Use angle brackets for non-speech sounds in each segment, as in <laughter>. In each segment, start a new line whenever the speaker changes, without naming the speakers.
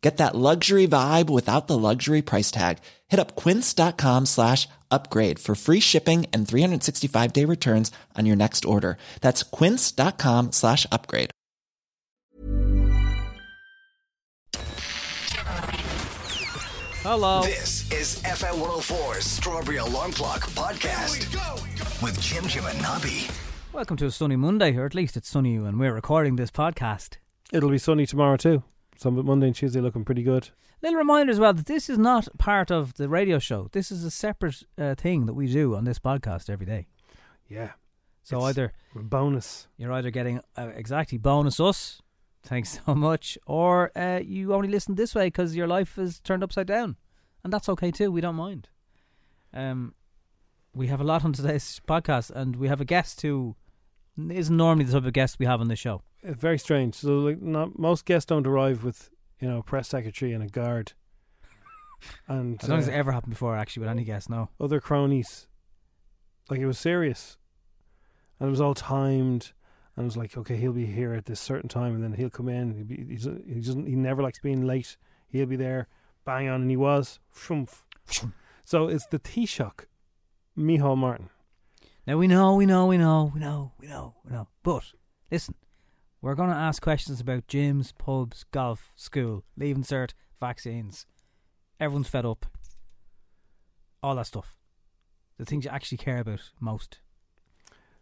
Get that luxury vibe without the luxury price tag. Hit up quince.com slash upgrade for free shipping and 365 day returns on your next order. That's quince.com slash upgrade.
Hello.
This is FM 104's Strawberry Alarm Clock Podcast with Jim Jim and Nobby.
Welcome to a sunny Monday, or at least it's sunny and we're recording this podcast.
It'll be sunny tomorrow too. So Monday and Tuesday looking pretty good.
Little reminder as well that this is not part of the radio show. This is a separate uh, thing that we do on this podcast every day.
Yeah.
So
It's
either
bonus.
you're either getting uh, exactly bonus us, thanks <laughs> so much, or uh, you only listen this way because your life is turned upside down, and that's okay too. We don't mind. Um, we have a lot on today's podcast, and we have a guest who isn't normally the type of guest we have on the show.
Uh, very strange. So like, not most guests don't arrive with you know a press secretary and
<laughs>
a guard, and
I don't think
uh,
it's ever happened before, actually, with any guest. No.
other cronies. Like it was serious, and it was all timed. And it was like, okay, he'll be here at this certain time, and then he'll come in. He'll be, he's, he doesn't. He never likes being late. He'll be there, bang on, and he was. Shrumph. So it's the Taoiseach, Michal Martin.
Now we know, we know, we know, we know, we know, we know. But listen, we're going to ask questions about gyms, pubs, golf, school, leaving cert, vaccines. Everyone's fed up. All that stuff. The things you actually care about most.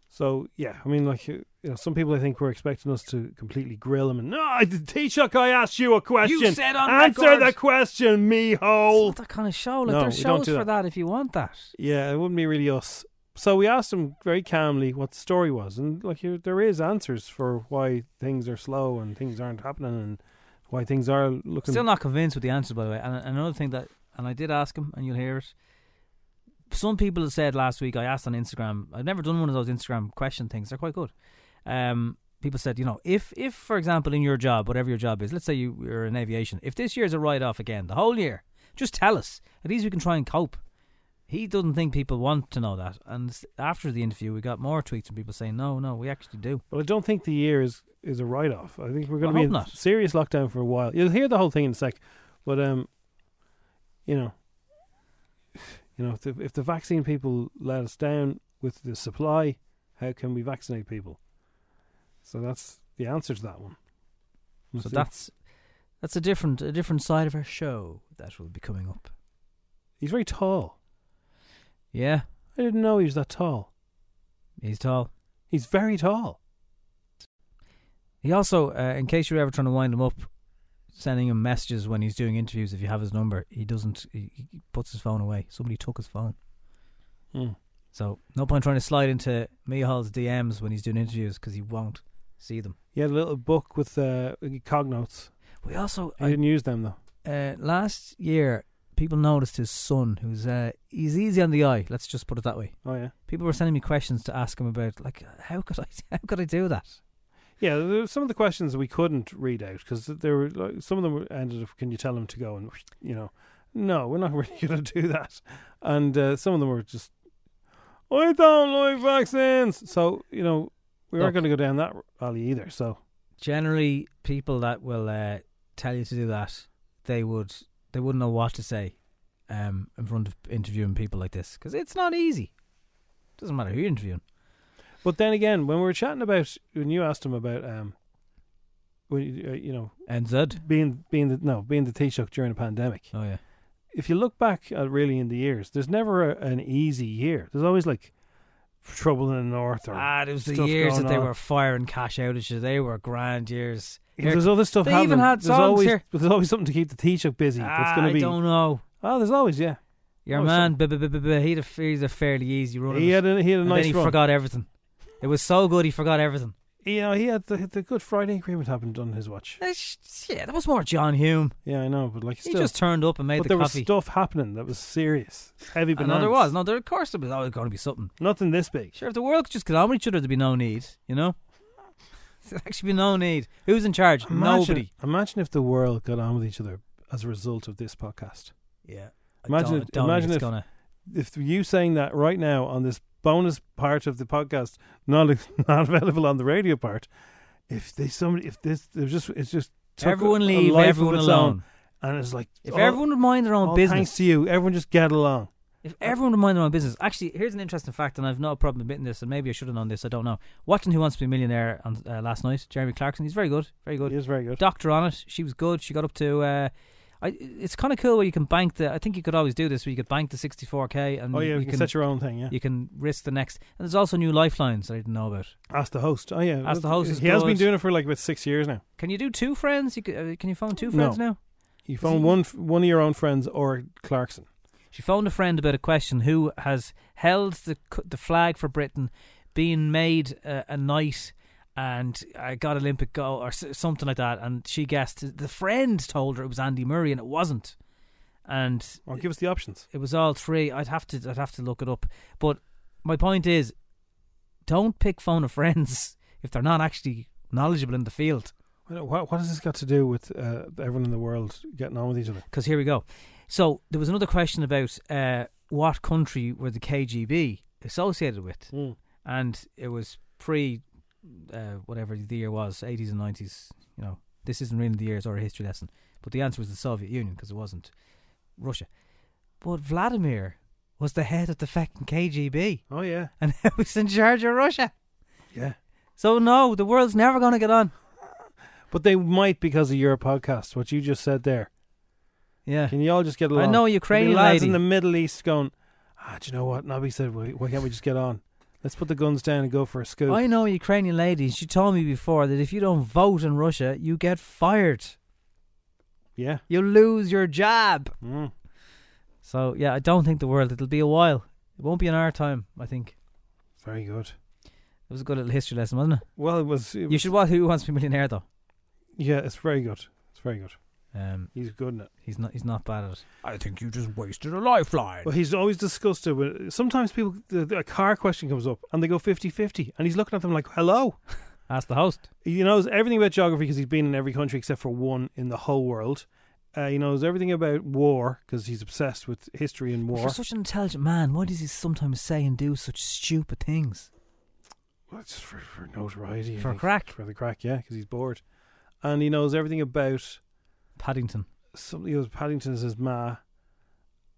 So yeah, I mean, like you you know, some people I think were expecting us to completely grill them, and no, I did Taoiseach, I asked you a question.
said on
answer
record."
the question, me hole.
It's not that kind of show. Like
No,
there's
we don't
shows
do
for
that.
that if you want that.
Yeah, it wouldn't be really us. So we asked them very calmly what the story was, and like you, there is answers for why things are slow and things aren't happening, and why things are looking.
Still not convinced with the answers, by the way. And and another thing that, and I did ask him, and you'll hear it. Some people have said last week. I asked on Instagram. I've never done one of those Instagram question things. They're quite good. Um, people said, you know, if if for example in your job, whatever your job is, let's say you, you're in aviation, if this year is a write off again, the whole year, just tell us. At least we can try and cope. He doesn't think people want to know that. And s- after the interview, we got more tweets from people saying, no, no, we actually do.
But I don't think the year is is a write off. I think we're
Well,
going
I
to be
hope not.
in serious lockdown for a while. You'll hear the whole thing in a sec, but um, you know, you know, if the, if the vaccine people let us down with the supply, how can we vaccinate people? So that's the answer to that one. We'll
So
see.
that's that's a different a different side of our show that will be coming up.
he's very tall.
Yeah,
I didn't know he was that tall.
he's tall.
He's very tall.
He also, uh, in case you're ever trying to wind him up, sending him messages when he's doing interviews. If you have his number, he doesn't. He, he puts his phone away. Somebody took his phone.
Hmm.
So no point trying to slide into Mihal's DMs when he's doing interviews because he won't see them.
He had a little book with uh, cognotes.
We also
I didn't use them though.
uh, last year people noticed his son, who's uh, he's easy on the eye. Let's just put it that way.
Oh yeah.
People were sending me questions to ask him about, like, how could I, <laughs> how could I do that?
Yeah, there were some of the questions we couldn't read out because there were like, some of them were- ended up. Can you tell them to go and you know, no, we're not <laughs> really going to do that. And uh, some of them were just, I don't like vaccines. So you know, we
Look.
weren't going to go down that alley either. So
generally people that will uh, tell you to do that they would they wouldn't know what to say um, in front of interviewing people like this because it's not easy doesn't matter who you're interviewing
but then again, when we were chatting about when you asked him about um, when you, uh, you know
NZ
being being the no being the Taoiseach during a pandemic,
oh yeah
uh, if you look back at really in the years, there's never a, an easy year. There's always like Trouble in the North or
Ah, it was the
stuff
years
going
that they
on.
were firing cash outages. They were grand years.
Yeah, there's other stuff
They
happening.
even had
there's
songs
always,
here.
There's always something to keep the Taoiseach busy. that's
Ah,
going
I
to be.
don't know.
Oh, there's always yeah.
Your
Oh,
man, b- b- b- b- he'd a, he's a fairly easy runner.
He had a, he had a
and
nice
then he
run.
forgot everything. It was so good, he forgot everything.
You know, he had the, the Good Friday Agreement happened on his watch.
Eh, sh- Yeah, that was more John Hume.
Yeah, I know, but like
He
still,
just turned up and made
but
the
there
coffee.
was stuff happening that was serious, heavy
I
bananas.
know there was. No, there, of course there was always going to be something.
nothing this big.
Sure, if the world could just get on with each other, there'd be no need, you know? <laughs> There'd actually be no need. Who's in charge? Nobody.
Imagine if the world got on with each other as a result of this podcast.
Yeah. I
Imagine
don't,
if-
I don't
imagine
think
if-
it's gonna.
If you saying that right now on this bonus part of the podcast, not <laughs> not available on the radio part, if they somebody if this there's just it's just took
Everyone
a
leave
life of
everyone
its
alone.
own, and it's like
If
all-
everyone would mind their own
all
business,
Thanks to you, everyone just get along.
if everyone would mind their own business. Actually, here's an interesting fact, and I've no problem admitting this, and maybe I should have known this. I don't know. Watching Who Wants to Be a Millionaire on uh, last night, Jeremy Clarkson. He's very good, very good.
It is very good.
Doctor on it. She was good. She got up to. Uh, I, it's kind of cool where you can bank the. I think you could always do this, where you could bank the 64k, and
Oh yeah,
you,
you can set your own thing. Yeah,
you can risk the next. And there's also new lifelines that I didn't know about.
ask the host. Oh yeah,
Ask the host is
He has been
good.
doing it for like about six years now.
Can you do two friends? You can, uh, can you phone two
No.
friends now?
You phone one f- one of your own friends or Clarkson.
She phoned a friend about a question who has held the c- the flag for Britain, being made uh, a knight, and uh, got Olympic gold or s- something like that. And she guessed. The friend told her it was Andy Murray, and it wasn't. And
Or give us the options.
it was all three. I'd have to I'd have to look it up. But my point is, don't pick phone of friends <laughs> if they're not actually knowledgeable in the field.
What, what, what has this got to do with uh, everyone in the world getting on with each other?
Because here we go. So there was another question about uh, what country were the KGB associated with,
Hmm.
and it was pre uh, whatever the year was, eighties and nineties. You know, this isn't really the years or a history lesson, but the answer was the Soviet Union because it wasn't Russia. But Vladimir was the head of the fucking KGB.
Oh yeah,
<laughs> and now he's in charge of Russia.
yeah.
So no, the world's never going to get on.
But they might because of your podcast. What you just said there.
Yeah,
Can you all just get
know a
along? There'll be
Ukrainian
lads
lady.
in the Middle East going. Ah, do you know what Nobby said? Why, why can't we just get on? Let's put the guns down and go for a scoop.
I know a Ukrainian lady. She told me before that if you don't vote in Russia, you get fired.
yeah.
You lose your job.
Mm.
So yeah, I don't think the world. It'll be a while. It won't be in our time. I think
Very good.
it was a good little history lesson, wasn't it?
Well, it was. It
You
was
should watch Who Wants to Be a Millionaire though.
yeah, it's very good. It's very good.
Um,
He's good in it.
he's not. He's not bad at it.
I think you just wasted a lifeline.
Well, he's always discussed it. With, sometimes people, the, the, a car question comes up and they go 50 50, and he's looking at them like, hello.
<laughs> Ask the host.
He knows everything about geography because he's been in every country except for one in the whole world. Uh, he knows everything about war because he's obsessed with history and war.
For such an intelligent man, why does he sometimes say and do such stupid things?
Well, it's for, for notoriety. I
For
think.
crack.
For the crack, yeah, because he's bored. And he knows everything about
Paddington.
something. He was Paddington's his ma.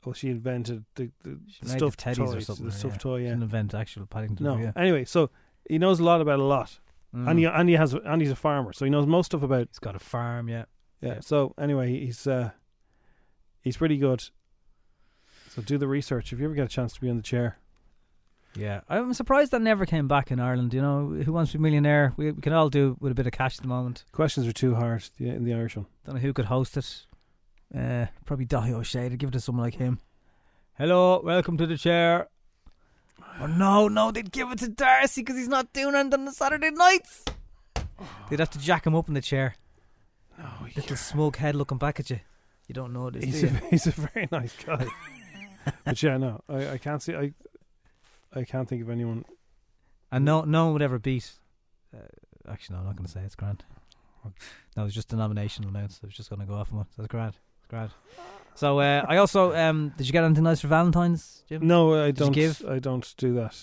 Well, she invented the, the
She made the
stuffed
teddies
toys,
or something.
the
yeah.
stuffed toy.
She
Yeah,
didn't invent actual Paddington.
no.
yeah.
Anyway, so he knows a lot about a lot. and he
Mm.
and he has and he's a farmer, so he knows most stuff about.
He's got a farm, yeah.
Yeah.
Yeah.
So anyway, he's uh, he's pretty good. So do the research if you ever get a chance to be on the chair.
Yeah. I'm surprised that never came back in Ireland. You know, who wants to be a millionaire? We, we can all do with a bit of cash at the moment.
Questions are too hard the- in the Irish one.
Don't know who could host it. Uh, probably Dahi O'Shea to give it to someone like him. Hello, welcome to the chair. Oh, no, no, they'd give it to Darcy because he's not doing it on the Saturday nights. They'd have to jack him up in the chair.
No,
Little smug head looking back at you. You don't know this,
he's
do
a,
you?
he's a very <laughs> nice guy. but yeah, no, I, I can't see I I can't think of anyone.
And no, no one would ever beat. Uh, actually, no, I'm not going to say it's grand. No, it's just denominational amounts. I was just going to go off on one. So it's grand. It's grand. So uh, I also um, did you get anything nice for Valentine's, Jim?
No, I
you
don't.
give?
I don't do that.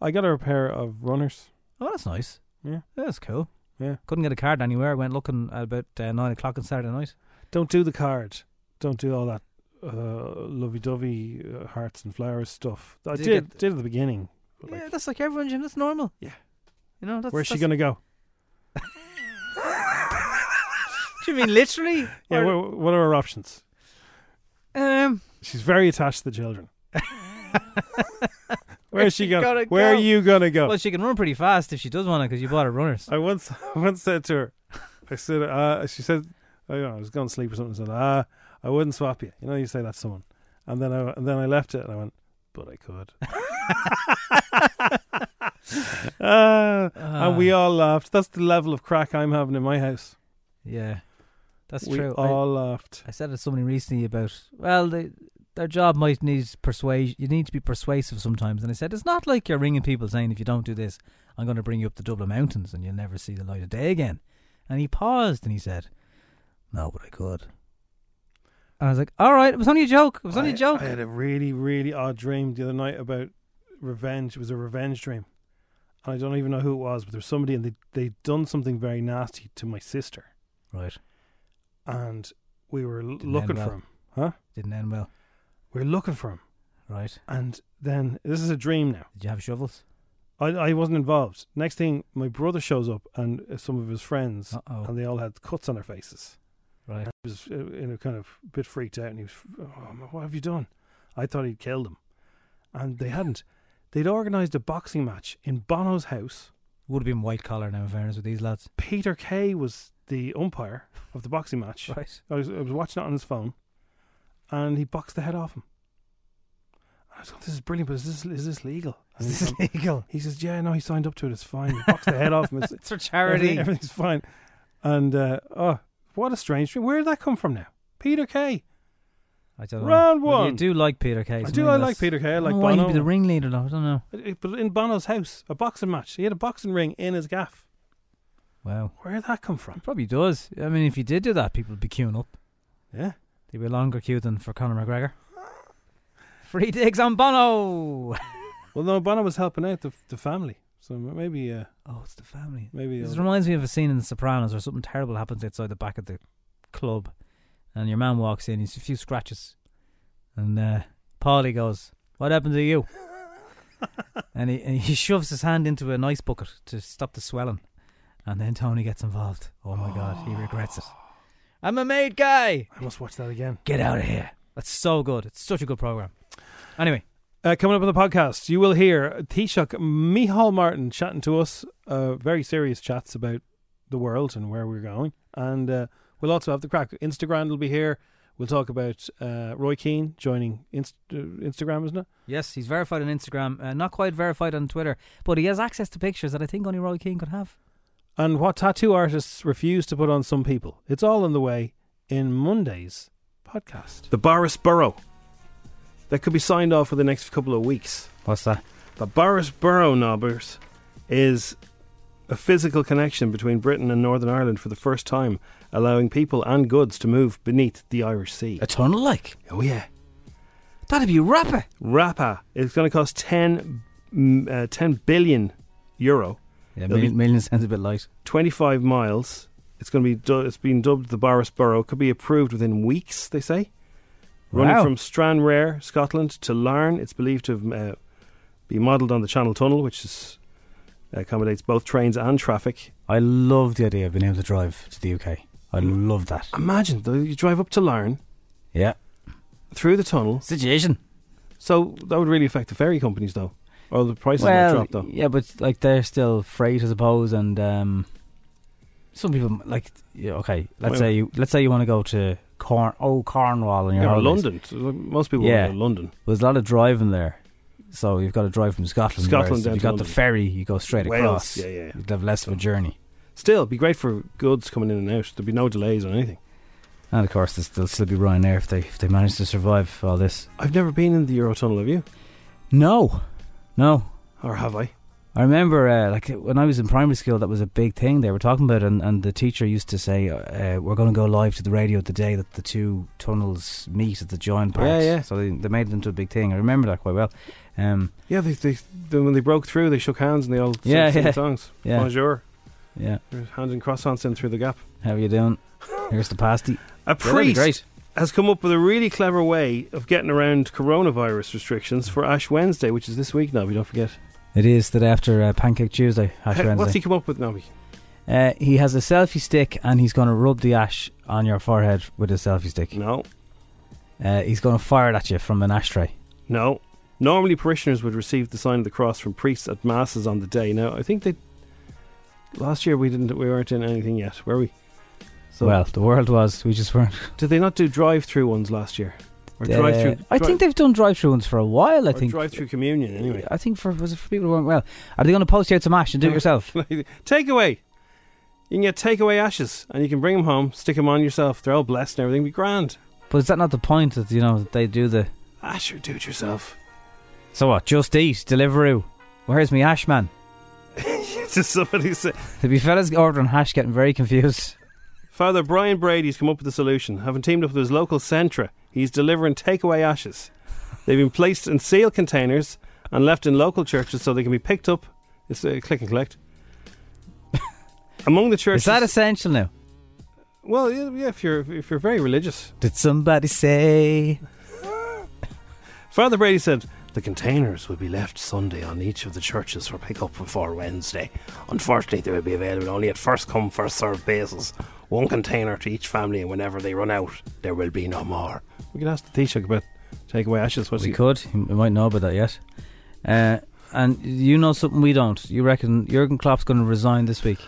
I got her a pair of runners.
Oh, that's nice.
Yeah.
that's cool.
Yeah.
couldn't get a card anywhere. I went looking at about uh, nine o'clock on Saturday night.
Don't do the card. Don't do all that uh, lovey-dovey uh, hearts and flowers stuff. I
Did
did
you
did,
get-
at the beginning. but, like,
yeah, that's like everyone, Jim. That's normal.
Yeah.
you know. That's,
Where's she
that's-
going to go?
<laughs> Do you mean literally?
<laughs> Yeah,
Or-
wh- what are her options?
um.
She's very attached to the children. Where's
<laughs>
she going?
gonna
Where
go?
are you gonna go?
Well, she can run pretty fast if she does want to because you bought her runners.
I once <laughs> I once said to her, I said, uh, she said, I, don't know, I was going to sleep or something. I said, ah, I wouldn't swap you. You know, you say that to someone, and then I and then I left it, and I went, but I
<laughs>
could. <laughs> Ah, and we all laughed. That's the level of crack I'm having in my house.
Yeah, that's
we
true. I-
all laughed.
I said to somebody recently about well, they, their job might need persuasion. You need to be persuasive sometimes. And I said it's not like you're ringing people saying if you don't do this, I'm going to bring you up the Dublin Mountains and you'll never see the light of day again. And he paused and he said, "No, but I could." And I was like, "All right, it was only a joke. It was only a
I-
joke."
I had a really, really odd dream the other night about revenge. It was a revenge dream. And I don't even know who it was, but there was somebody and they they'd done something very nasty to my sister.
right,
And we were l
end
looking
well.
for him. Huh?
didn't end well.
We were looking for him.
Right?
And then this is a dream now.
Did you have shovels?
I, I wasn't involved. Next thing, my brother shows up and uh, some of his friends,
Uh-oh.
and they all had cuts on their faces.
Right.
And he was uh, you know, kind of a bit freaked out, and he was, "Oh, man, what have you done?" I thought he'd killed them, and they hadn't. They'd organised a boxing match in Bono's house.
Would have been white collar now, in fairness, with these lads.
Peter Kay was the umpire of the boxing match.
<laughs> Right.
I was, I was watching it on his phone, and he boxed the head off him. And I was going, "This is brilliant, but is this is this legal?" And
Is
he
this
went-
legal?
He says, "Yeah, no, he signed up to it. It's fine. He boxed the head
<laughs>
off him. It's,
It's for
Everything-
charity.
everything's fine. And uh, oh, what a strange dream. Where did that come from now? Peter Kay.
I don't know.
Round
Well,
one.
you do like Peter Kay.
I
so
do.
maybe
I
that's-
like Peter Kay. I like
don't know why he'd
Bono.
be the ringleader, though. I don't know.
It- it- But in Bono's house, a boxing match. He had a boxing ring in his gaff.
Wow.
Where did that come from?
It probably does. I mean, if you did do that, people would be queuing up.
Yeah.
There'd be a longer queue than for Conor McGregor. Free digs on Bono.
<laughs> Well, no, Bono was helping out the, the family, so m- maybe uh,
Oh, it's the family.
maybe
This
uh,
reminds me of a scene in The Sopranos where something terrible happens outside the back of the club, and your man walks in. He's a few scratches, and uh, Paulie goes, "What happened to
<laughs>
you?" and, he, and he shoves his hand into an ice bucket to stop the swelling, and then Tony gets involved. Oh my God, he
<gasps>
regrets it. I'm a made guy.
I must watch that again.
Get out of here. That's so good. It's such a good program. Anyway,
Uh, coming up on the podcast, you will hear Taoiseach Michal Martin chatting to us, uh, very serious chats about the world and where we're going. And uh, we'll also have the crack. Instagram will be here. We'll talk about uh, Roy Keane joining Inst- uh, Instagram, isn't it?
yes, he's verified on Instagram, uh, not quite verified on Twitter, but he has access to pictures that I think only Roy Keane could have.
And what tattoo artists refuse to put on some people. It's all on the way in Monday's podcast. The Boris Burrow. That could be signed off for the next couple of weeks.
What's that?
The Boris Burrow Knobbers is a physical connection between Britain and Northern Ireland for the first time, allowing people and goods to move beneath the Irish Sea.
A tunnel like?
Oh, yeah.
That'd be rapper.
Rapa is going to cost 10, mm, uh, 10 billion euro,
Yeah,
It'll mil- be-
sounds a bit light.
25 miles. It's going to be du- it's been dubbed the Boris Burrow. Could be approved within weeks, they say. Running
Wow.
from Stranraer, Scotland, to Larne, it's believed to have, uh, be modelled on the Channel Tunnel, which is, uh, accommodates both trains and traffic.
I love the idea of being able to drive to the UK. I love that.
Mm. Imagine though, you drive up to Larne
Yeah.
through the tunnel.
Situation.
So that would really affect the ferry companies though, or the prices
well,
would drop though.
yeah, but like they're still freight, I suppose, and um, some people like yeah, okay. Let's
Well-
say you let's say you want to go to Corn oh Cornwall and
You
you're
know,
holidays.
London. So, like, Most people
Yeah.
go to London.
There's a lot of driving there, so you've got to drive from Scotland.
Scotland
whereas
down
if you've
to
got
London.
the ferry, you go straight
Wales,
across.
yeah, yeah, yeah.
You'd have less of a journey,
Still, it'd be great for goods coming in and out. There'd be no delays or anything.
and of course there's- there'll still be Ryanair if they if they manage to survive all this.
I've never been in the Eurotunnel, have you?
No, no,
Or have I?
I remember, uh, like when I was in primary school, that was a big thing they were talking about, and, and the teacher used to say, uh, "We're going to go live to the radio the day that the two tunnels meet at the join parts."
Yeah, yeah.
So they, they made it into a big thing. I remember that quite well. Um,
Yeah, they, they, they when they broke through, they shook hands and they all sang-
Yeah,
sang
yeah.
songs.
Yeah.
Bonjour.
yeah,
They're handing croissants in through the gap.
how are you doing? Here's the pasty.
<laughs> A
Yeah, that'd be
priest
great.
has come up with a really clever way of getting around coronavirus restrictions for Ash Wednesday, which is this week now. We don't forget.
It is that after uh, Pancake Tuesday, Ash
Hey,
Wednesday.
What's he come up with, Nobby?
uh, he has a selfie stick, and he's going to rub the ash on your forehead with a selfie stick.
No,
Uh, he's going to fire it at you from an ashtray.
no, Normally, parishioners would receive the sign of the cross from priests at masses on the day. Now, I think they last year we didn't we weren't in anything yet, were we? So
well, the world was. We just weren't.
did they not do drive-through ones last year? Or
Uh,
drive-through?
I think they've done drive-through ones for a while. I think.
drive-through communion anyway.
I think for was it for people who weren't well. Are they going to post you out some ash and do it yourself?
<laughs> takeaway. You can get takeaway ashes, and you can bring them home, stick them on yourself. They're all blessed and everything. Be grand.
But is that not the point that you know that they do the?
Ash or do it yourself.
So what? Just eat Deliveroo. Where's me ash
<laughs>
man?
Just somebody say,
The be fellas ordering hash getting very confused.
Father Brian Brady's come up with a solution. Having teamed up with his local Centra, he's delivering takeaway ashes. They've been placed in sealed containers and left in local churches so they can be picked up. It's a click and collect. <laughs> Among the churches,
Is that essential now?
well, yeah, yeah, if you're if you're very religious,
Did somebody say?
<laughs> Father Brady said the containers will be left Sunday on each of the churches for pickup before Wednesday. Unfortunately, they will be available only at first come first served basis. One container to each family, and whenever they run out, there will be no more. We could ask the Taoiseach about takeaway ashes. What's
We
he?
could. We might know about that yet. Uh, and you know something we don't. You reckon Jurgen Klopp's going to resign this week?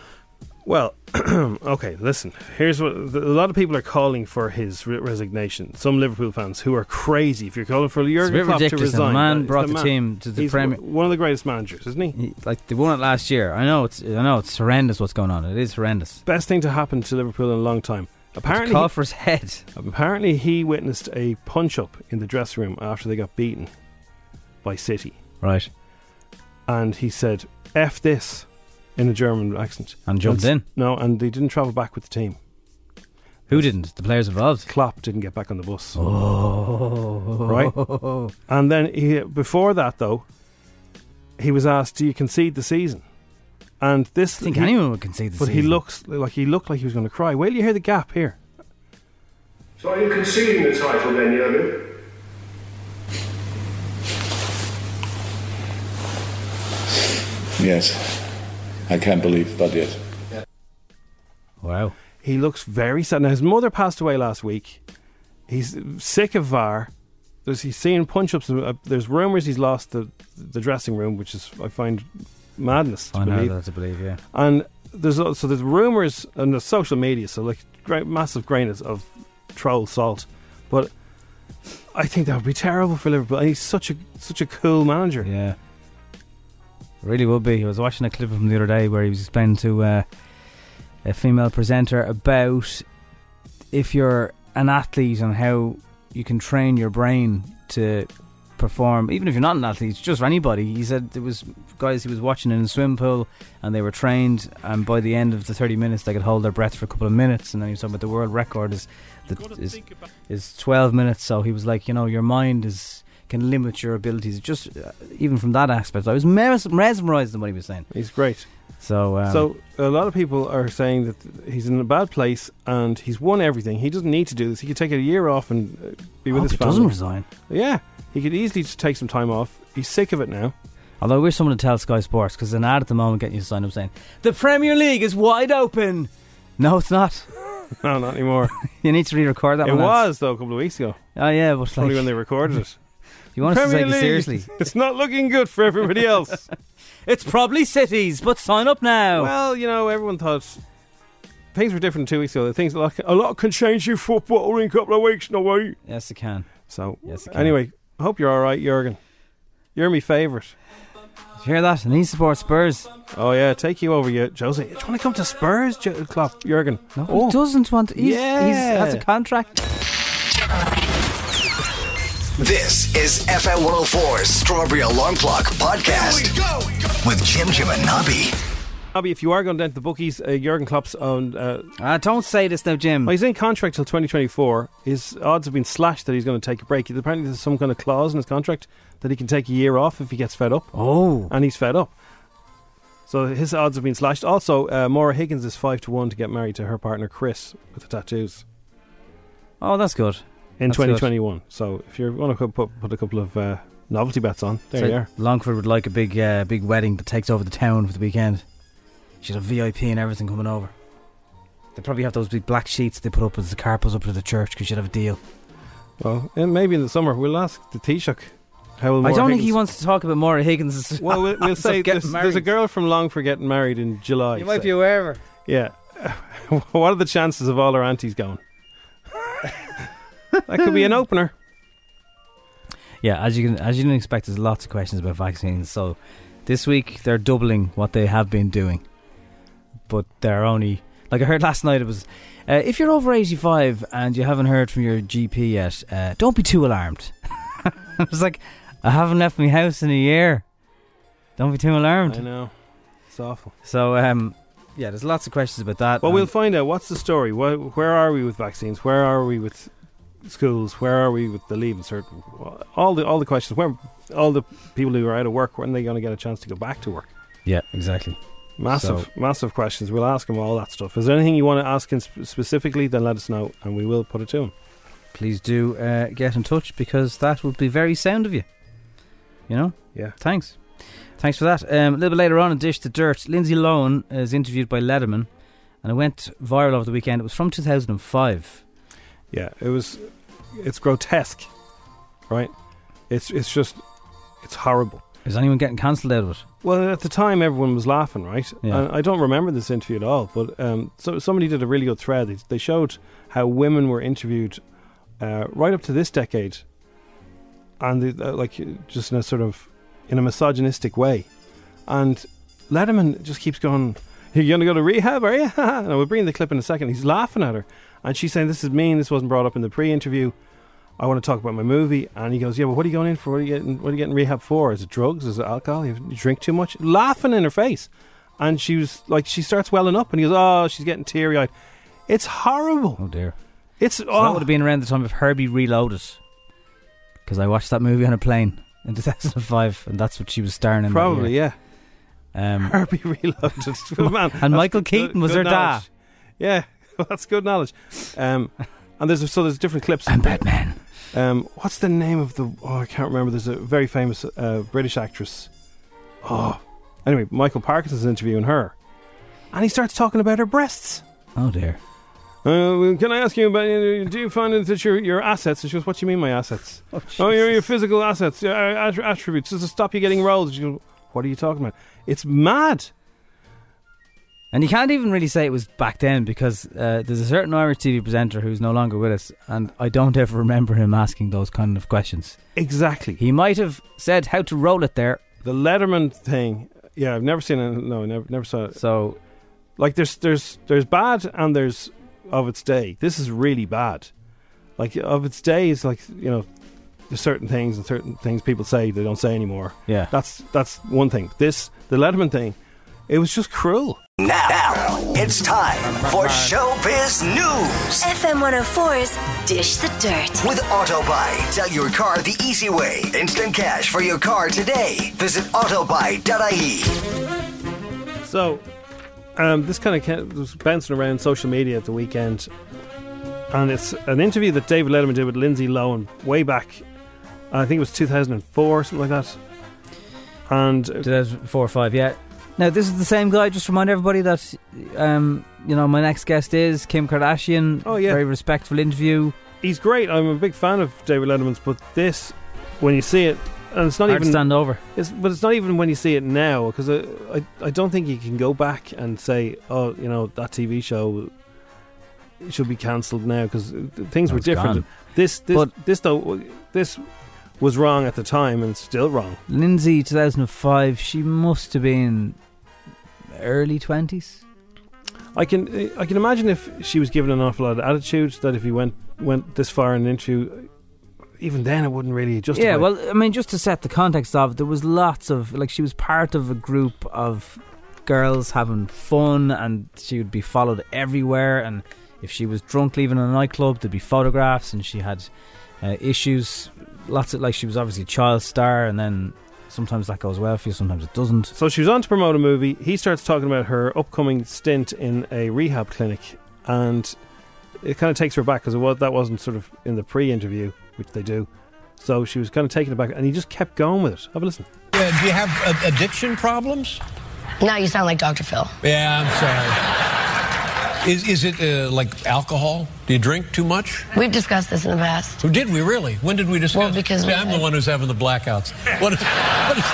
Well, <clears throat> okay, listen. Here's what the, a lot of people are calling for his re- resignation. Some Liverpool fans who are crazy. If you're calling for Jurgen
bit
Klopp to
ridiculous, and the
resign,
man
that is
brought the team to the
He's
Premier-
w- One of the greatest managers, isn't he?
He- Like they won it last year. I know it's. I know it's horrendous. What's going on? It is horrendous.
Best thing to happen to Liverpool in a long time. Apparently,
Call for his head.
Apparently, he witnessed a punch up in the dressing room after they got beaten by City.
Right.
And he said, F this in a German accent.
And jumped in.
No, and they didn't travel back with the team.
Who didn't? The players involved.
Klopp didn't get back on the bus.
Oh.
Right.
<laughs>
And then he, before that, though, he was asked, Do you concede the season? And this.
I think
he-
anyone would concede this.
But he looks like he looked like he was going to cry. Wait till you hear the gap here.
So are you conceding the title then, Jurgen?
Yes. I can't believe, but yes.
Wow.
He looks very sad. Now his mother passed away last week. He's sick of VAR. There's, he's seeing punch ups. There's rumors he's lost the the dressing room, which is I find madness. To
I know
believe.
that to believe. Yeah.
And there's al- so there's rumors on the social media. So like great, massive grains of troll salt, but I think that would be terrible for Liverpool. And he's such a such a cool manager.
Yeah. Really would be. I was watching a clip of him the other day where he was explaining to uh, a female presenter about if you're an athlete and how you can train your brain to perform, even if you're not an athlete, it's just for anybody. He said there was guys he was watching in a swim pool and they were trained, and by the end of the 30 minutes, they could hold their breath for a couple of minutes. And then he was talking about the world record is the, is, is 12 minutes. So he was like, you know, your mind is can limit your abilities. Just uh, even from that aspect, I was mes- mesmerized in what he was saying.
He's great.
So, um,
So a lot of people are saying that he's in a bad place and he's won everything. He doesn't need to do this. He could take a year off and uh, be
I hope
with his
he
family.
doesn't resign.
Yeah, he could easily just take some time off. He's sick of it now.
Although I wish someone would tell Sky Sports because an ad at the moment getting you signed up saying the Premier League is wide open. No, it's not.
<laughs> No, not anymore.
<laughs> You need to re-record that
it
one. lads.
was though a couple of weeks ago,
Oh yeah, but
probably when
like,
they recorded it.
<laughs> you want us to
Premier
take
League,
it seriously?
<laughs> It's not looking good for everybody else. <laughs>
It's probably cities, but sign up now.
well, you know, everyone thought things were different two weeks ago. Things a lot, a lot can change in football in a couple of weeks, no way.
yes, it can.
So
Yes, it can.
anyway, I hope you're all right, Jurgen. You're my favourite.
Did you hear that? And he supports Spurs.
Oh yeah, take you over, you Jose. Do you want to come to Spurs, jo- Klopp, Jurgen?
No,
Oh.
he doesn't want. He's, he's
Yeah.
has a contract.
This is FM 104's Strawberry Alarm Clock Podcast with Jim Jim and Nobby.
Abby, if you are going down to the bookies, uh, Jurgen Klopp's own. Uh,
Ah, don't say this now, Jim.
well, he's in contract till 2024. His odds have been slashed that he's going to take a break. Apparently, there's some kind of clause in his contract that he can take a year off if he gets fed up,
oh,
and he's fed up. So his odds have been slashed. Also, uh, Maura Higgins is five to one to get married to her partner Chris with the tattoos
oh, that's good.
in
That's good.
2021. So if you want to put, put a couple of uh, novelty bets on, there
So
you are.
Longford would like a big, uh, big wedding that takes over the town for the weekend. She'd have VIP and everything coming over. They probably have those big black sheets they put up as the car pulls up to the church because she'd have a deal.
eh, Well, and maybe in the summer we'll ask the Taoiseach How will
I don't
Moira
think he
Higgins-
wants to talk about Maura Higgins.
Well, we'll,
<laughs>
we'll
Ends up
say
getting
there's, there's a
married.
girl from Long for getting married in July.
You might
say.
be aware of her.
Yeah. <laughs> what are the chances of all our aunties going? that could be
<laughs>
an opener.
Yeah, as you can as you didn't expect, there's lots of questions about vaccines. So this week they're doubling what they have been doing, but they're only like I heard last night. It was uh, if you're over 85 and you haven't heard from your GP yet, uh, don't be too alarmed. <laughs> I was like, I haven't left my house in a year. Don't be too
I
alarmed.
know. It's awful.
So um, yeah, there's lots of questions about that.
Well,
and-
we'll find out. What's the story? Wh- Where are we with vaccines? Where are we with schools? Where are we with the leave insert? All the all the questions. Where all the people who are out of work? When are they going to get a chance to go back to work?
yeah, exactly.
Massive, massive questions. We'll ask him all that stuff. Is there anything you want to ask him sp- specifically? Then let us know, and we will put it to him.
Please do uh, get in touch because that would be very sound of you. You know.
Yeah.
Thanks. Thanks for that. Um, a little bit later on in Dish the Dirt, Lindsay Lohan is interviewed by Letterman, and it went viral over the weekend. It was from 2005.
Yeah, it was. It's grotesque, right? It's it's just it's horrible.
Is anyone getting cancelled out of it?
Well, at the time, everyone was laughing, right?
Yeah.
And I don't remember this interview at all, but um, so somebody did a really good thread. They, they showed how women were interviewed uh, right up to this decade, and the, uh, like just in a sort of in a misogynistic way. And Letterman just keeps going. You're going to go to rehab, are you? <laughs> and I will bring the clip in a second. He's laughing at her, and she's saying, "This is mean. This wasn't brought up in the pre-interview." I want to talk about my movie. And he goes, Yeah, but what are you going in for? What are you getting, what are you getting rehab for? Is it drugs? Is it alcohol? You drink too much? Laughing in her face. And she was like, She starts welling up and he goes, Oh, she's getting teary eyed. It's horrible.
Oh dear.
It's,
So that
oh,
would have been around the time of Herbie Reloaded, because I watched that movie on a plane in <laughs> 2005, and that's what she was starring in. that
probably,
year.
yeah.
Um,
<laughs> Herbie
<laughs>
Reloaded. Man, that's
Michael
good-
Keaton was
good
her da.
knowledge. Yeah, <laughs> that's good knowledge. Um, and there's so there's different clips.
and Batman.
Um, what's the name of the? Oh, I can't remember. There's a very famous uh, British actress. Oh, anyway, Michael Parkinson's interviewing her, and he starts talking about her breasts.
Oh dear.
Uh, well, can I ask you about? uh, Do you find that your your assets? And she goes, "What do you mean, my assets?
<laughs> Oh,
oh, your your physical assets, your uh, att- attributes. Does it stop you getting rolled?" She goes, "What are you talking about? It's mad."
And you can't even really say it was back then because uh, there's a certain Irish TV presenter who's no longer with us, and I don't <laughs> ever remember him asking those kind of questions.
Exactly.
He might have said how to roll it there.
The Letterman thing. Yeah, I've never seen it. No, I never never saw it.
So
like there's there's there's bad and there's of its day. This is really bad. Like of its day is like you know, there's certain things and certain things people say they don't say anymore.
yeah,
That's that's one thing. This the Letterman thing, it was just cruel.
Now, it's time for Showbiz News
FM 104's Dish the Dirt.
with Autobuy. Sell your car the easy way. Instant cash for your car today. Visit autobuy.ie.
So, um, this kind of was bouncing around social media at the weekend, and it's an interview that David Letterman did with Lindsay Lohan way back. I think it was 2004, something like that. And uh,
2004 or five. Yeah. Now this is the same guy. Just remind everybody that um, you know my next guest is Kim Kardashian.
Oh, yeah.
very respectful interview.
he's great. I'm a big fan of David Letterman's, but this, when you see it, and it's not
Hard to
even,
stand over.
it's, but it's not even when you see it now because I, I, I don't think you can go back and say, oh, you know, that TV show should be cancelled now because things
No,
were
it's
different.
gone.
This, this,
But-
this though, w- this was wrong at the time and it's still wrong.
Lindsay, 2005. She must have been early 20s.
I can, I can imagine if she was given an awful lot of attitude that if he went, went this far in an interview, even then it wouldn't really justify.
Yeah, well, I mean, just to set the context of, it, there was lots of like she was part of a group of girls having fun, and she would be followed everywhere. And if she was drunk leaving a nightclub, there'd be photographs, and she had uh, issues. Lots of like she was obviously a child star, and then sometimes that goes well for you, sometimes it doesn't.
So she was on to promote a movie. He starts talking about her upcoming stint in a rehab clinic, and it kind of takes her back because was, that wasn't sort of in the pre-interview, which they do. So she was kind of taken aback, and he just kept going with it. Have a listen.
do you have addiction problems?
Now you sound like Dr. Phil.
Yeah, I'm sorry.
Is, is it uh, like alcohol? Do you drink too much?
We've discussed this in the past.
Who Oh, did we really? When did we discuss?
Well, because
See,
we-
I'm the one who's having the blackouts. What is, what is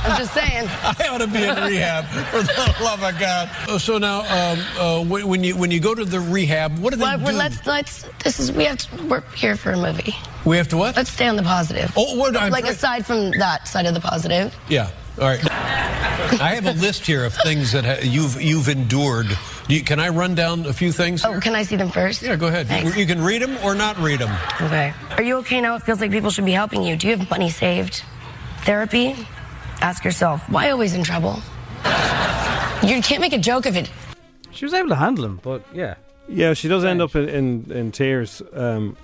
<laughs>
<laughs>
I'm just saying.
I ought to be in rehab for the love of God. Uh, So now, um, uh, when, when you when you go to the rehab, what do they
Well,
do?
well, let's let's. This is we have to. We're here for a movie.
we have to what?
Let's stay on the positive.
Oh, what- I'm
like
sorry.
aside from that side of the positive.
Yeah. All right. I have a list here of things that ha- you've you've endured. Do you, can I run down a few things?
Oh, can I see them first?
Yeah, go ahead.
Thanks.
You can read them or not read them.
Okay. Are you okay now? It feels like people should be helping you. Do you have money saved? Therapy? Ask yourself, why always in trouble? You can't make a joke of it.
She was able to handle him, but yeah.
Yeah, she does end up in in, in tears. Um,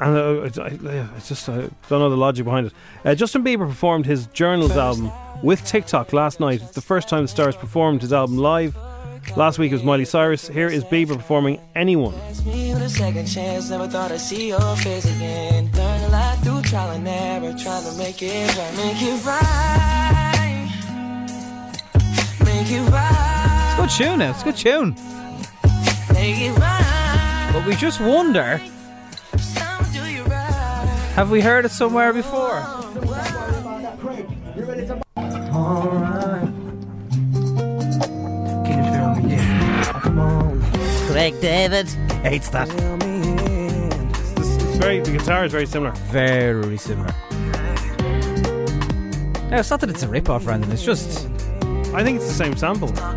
and uh, it's, I, yeah, it's just I don't know the logic behind it. Uh, Justin Bieber performed his Journals album with TikTok last night. It's the first time the stars performed his album live. Last week it was Miley Cyrus. Here is Bieber performing Anyone.
Asked me with a second chance, never thought I'd see your face again. Learned a lot through trial and error, trying to make it right. Make it right. Make it right.
It's a good tune, now. It's a good tune.
Make it right.
But we just wonder
Some do you right.
have we heard it somewhere before?
Craig David hates that.
It's very the guitar is very similar.
Very similar. No, it's not that it's a rip off, Brandon. It's just.
I think it's the same sample.
I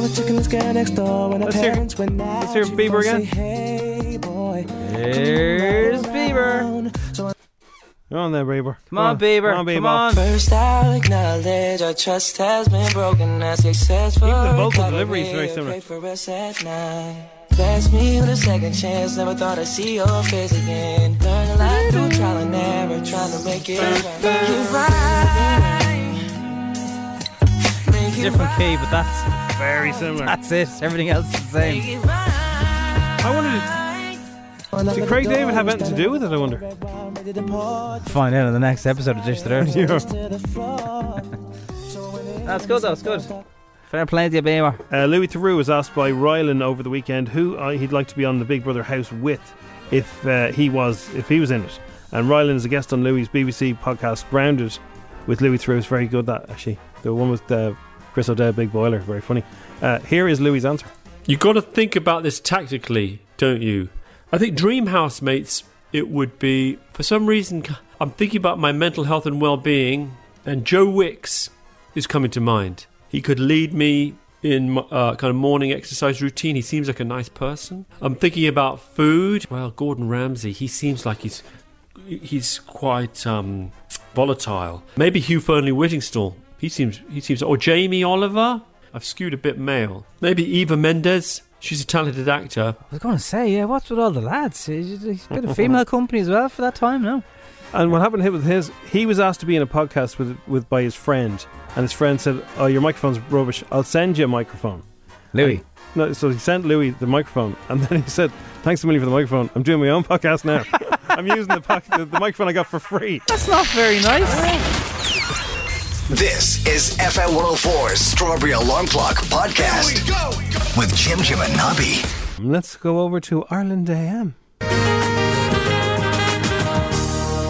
was checking this girl next door when her
Let's hear-
parents went out.
let's hear
She
Bieber
phoned,
again.
say, Hey, boy.
Here's Bieber.
Come on there, Bieber.
Come on, Bieber.
Come on, Bieber.
Come on.
First, I'll acknowledge our trust has been broken. As successful,
Even the vocal
recovery,
delivery is very
I
similar.
pray for us at night. Bless me with a second chance. Never thought I'd see your face again. Learn a lot through trial and error, trying to make it right. Make it right. Make it
Different
right.
key, but that's
Very similar.
that's it. Everything else is the
Make
same.
it right.
I wondered, did Craig David have anything to do with it? I wonder.
Find out in the next episode of Dish the Dirt.
<laughs> Yeah.
That's good, though. It's good. Fair play to you, Bieber.
Uh, Louis Theroux was asked by Rylan over the weekend who uh, he'd like to be on the Big Brother house with, if uh, he was if he was in it. And Rylan is a guest on Louis' BBC podcast Grounded with Louis Theroux. It's very good that actually the one with uh, Chris O'Dowd, Big Boiler, very funny. Uh, here is Louis' answer.
You got to think about this tactically, don't you? I think dream housemates. It would be for some reason I'm thinking about my mental health and well-being, and Joe Wicks is coming to mind. He could lead me in my, uh, kind of morning exercise routine. He seems like a nice person. I'm thinking about food. Well, Gordon Ramsay. He seems like he's he's quite um, volatile. Maybe Hugh Fernley Whittingstall. He seems he seems or Jamie Oliver. I've skewed a bit male. Maybe Eva Mendes. She's a talented actor.
I was going to say, yeah, what's with all the lads? It's been a female company as well for that time now.
And what happened here with his, he was asked to be in a podcast with with by his friend, and his friend said, "Oh, your microphone's rubbish. I'll send you a microphone."
Louis.
No, so he sent Louis the microphone, <laughs> and then he said, "Thanks a million for the microphone. I'm doing my own
<laughs>
podcast now. <laughs> I'm using the, poc- the the microphone I got for free."
That's not very nice.
This is FM 104's Strawberry Alarm Clock Podcast with Jim Jim and Nobby.
Let's go over to Ireland AM.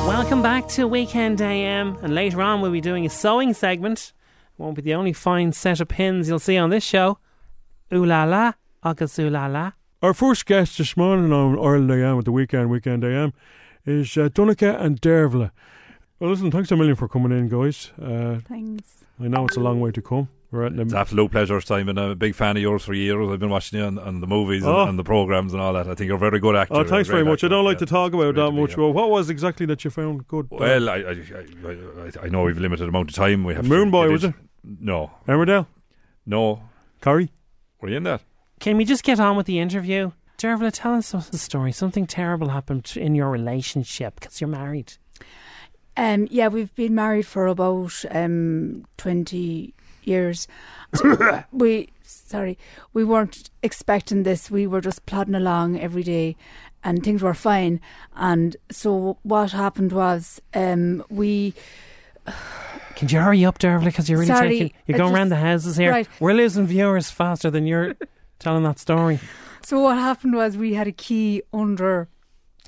Welcome back to Weekend AM, and later on we'll be doing a sewing segment. It won't be the only fine set of pins you'll see on this show. Ooh la la, August ooh la la.
Our first guest this morning on Ireland I Am at the Weekend Weekend I Am is uh, Dunica and Dervla. Well, listen, thanks a million for coming in, guys. Uh,
Thanks.
I know it's a long way to come. We're at the
It's an absolute pleasure, Simon. I'm a big fan of yours for years. I've been watching you on, on the movies and,
Oh.
and the programmes and all that. I think you're a very good actor.
Oh, thanks
a
very
great
much. I
actor.
don't like
Yeah.
to talk about that much. Well, what was exactly that you found good?
Well, I, I, I, I know we've limited amount of time. We have to
Moonboy,
get
was it?
No,
Emmerdale?
no.
Curry?
Were you in that?
Can we just get on with the interview? Dervla, tell us a story. Something terrible happened in your relationship because you're married.
Um, yeah, we've been married for about um, 20
<coughs>
years. we, sorry, we weren't expecting this. We were just plodding along every day and things were fine. And so what happened was um, we
Can you hurry up, Dervla? Because you're really
Sorry,
taking. You're
I
going
just-
around the houses here.
Right.
We're losing viewers faster
<laughs>
than you're telling that story.
So what happened was we had a key under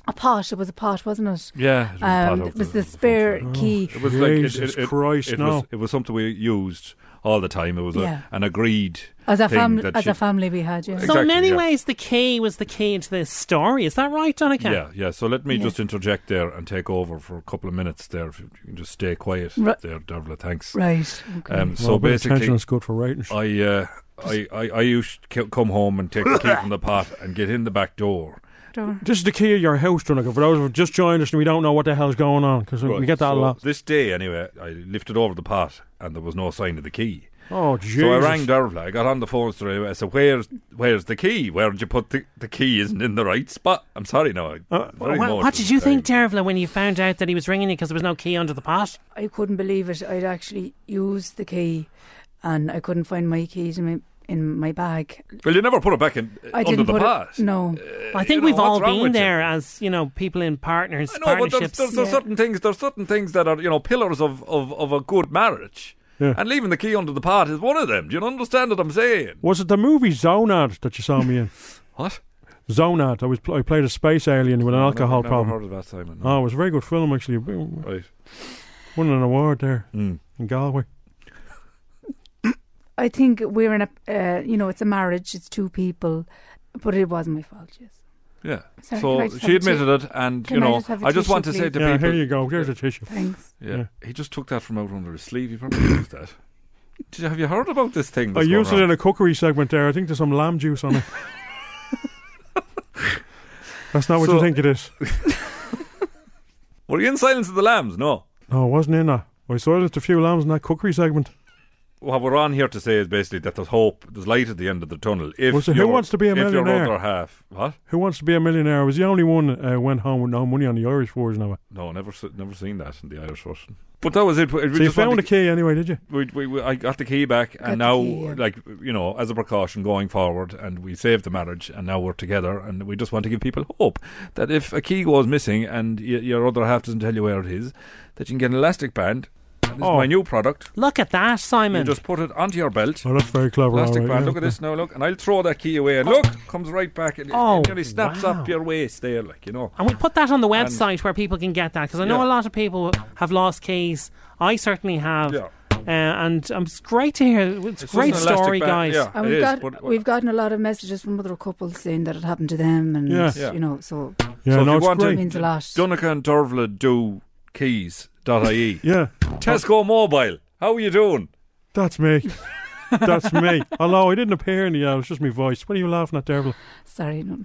a pot. It was a pot, wasn't it?
Yeah, it was a pot
um,
over
it was
the- Oh.
the spare key.
It was like it-
Oh, Jesus
it, it,
Christ,
it
no.
was, it was something we used all the time. It was
Yeah.
a, an agreed
As a
thing
family,
that
as
she-
a family, we had yeah.
so in
Exactly,
many
yeah.
ways, the key was the key to this story. Is that right, Donica?
Yeah, yeah. So let me
Yeah.
just interject there and take over for a couple of minutes there. If you can just stay quiet
Ri-
there, Darla. Thanks.
Right, okay.
Um,
Well,
so
a bit of
basically,
tension is good for writing.
I, uh, I, I, I used to c- come home and take the key from the pot and get in the back
<laughs>
door.
This is the key of your house, Donica. For those who have just joined us and we don't know what the hell's going on, because we
Right,
get that
so
a lot.
This day, anyway, I lifted over the pot and there was no sign of the key.
Oh,
So I
Jesus.
rang Darla. I got on the phone straight away. I said, "Where's where's the key? Where'd you put the the key? Isn't in the right spot." I'm sorry, no. I- very
What, Uh, what
emotional.
did you think, Dervla, when you found out that he was ringing you because there was no key under the pot?
I couldn't believe it. I'd actually used the key, and I couldn't find my keys in my in my bag.
Well, you never put it back in
I
under
didn't
the Uh,
put
pot.
it. No,
I think we've all been there as you know, people in partners,
No, but there's,
partnerships.
there's, there's certain things. There's certain things that are you know pillars of of, of a good marriage. And leaving the key under the pot is one of them. Do you understand what I'm saying?
Was it the movie Zonad that you saw me in?
<laughs> What?
Zonad. I was pl- I played a space alien with an
I've
alcohol
never
problem.
heard of that, Simon,
Oh, it was a very good film actually.
Right.
Won an award there
Mm.
in Galway.
I think we're in a uh, you know it's a marriage. It's two people, but it was my fault. Yes.
Yeah.
Sorry, can I
so
just
she
have a
admitted
tea?
it, and
Can
you
I
know,
just have a
I just want to
tissue,
say to
please?
Yeah,
people,
here you go. There's a tissue.
Thanks.
Yeah. He just took that from out under his sleeve. He probably used that. Did you, have you heard about this thing?
I
that's going
used it
around?
in a cookery segment there. I think there's some lamb
<laughs>
juice on it. That's not what you
So-
think
<laughs>
it is.
Were you in Silence of the Lambs? No.
No, it wasn't in that. I silenced a few lambs in that cookery segment.
What we're on here to say is basically that there's hope, there's light at the end of the tunnel. If
Well, so who
your-
wants to be a
if your
millionaire?
other half, what?
Who wants to be a millionaire? I was the only one that uh, went home with no money on the Irish version of it.
No, never, se- never seen that in the Irish version. But that was it. We
so you
just
found
wanted-
the key anyway, did you?
we, we, we, I got the key back, and
the
now,
key, yeah.
like you know, as a precaution going forward, and we saved the marriage, and now we're together, and we just want to give people hope that if a key goes missing and y- your other half doesn't tell you where it is, that you can get an elastic band. and This
Oh.
is my new product.
Look at that, Simon.
You just put it onto your belt.
Oh, that's very clever.
Elastic
all right,
band.
yeah,
Look at
okay.
this now. Look, and I'll throw that key away. And look, comes right back. And
Oh,
it nearly snaps
wow.
up your waist there, like you know.
And we put that on the
And-
website where people can get that because I know
Yeah.
a lot of people have lost keys. I certainly have. Uh, and um, it's great to hear. It's, a
just
great
an elastic
story,
band,
guys.
yeah. It
And Oh, we've
is,
got
but-
we've gotten a lot of messages from other couples saying that it happened to them, and
Yeah. Yeah.
you know, so
so if
no,
you
it's
want
great.
to,
Means a lot.
Dunica and Dervla do keys.ie.
<laughs> Yeah.
E. Tesco Mobile. How are you doing?
That's me. That's me. Although I didn't appear in the ad, it was just my voice. What are you laughing at, Dervla?
sorry. No.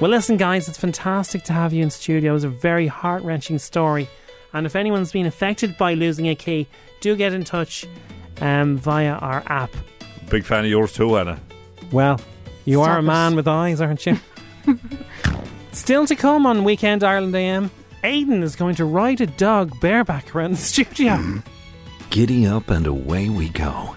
Well, listen, guys, it's fantastic to have you in studio. It was a very heart wrenching story. And if anyone's been affected by losing a key, do get in touch um, via our app.
Big fan of yours too, Anna.
Well, you
Stop
are a
it.
man with eyes, aren't you? Still to come on Weekend Ireland AM, Aiden is going to ride a dog bareback around the studio.
Giddy up and away we go.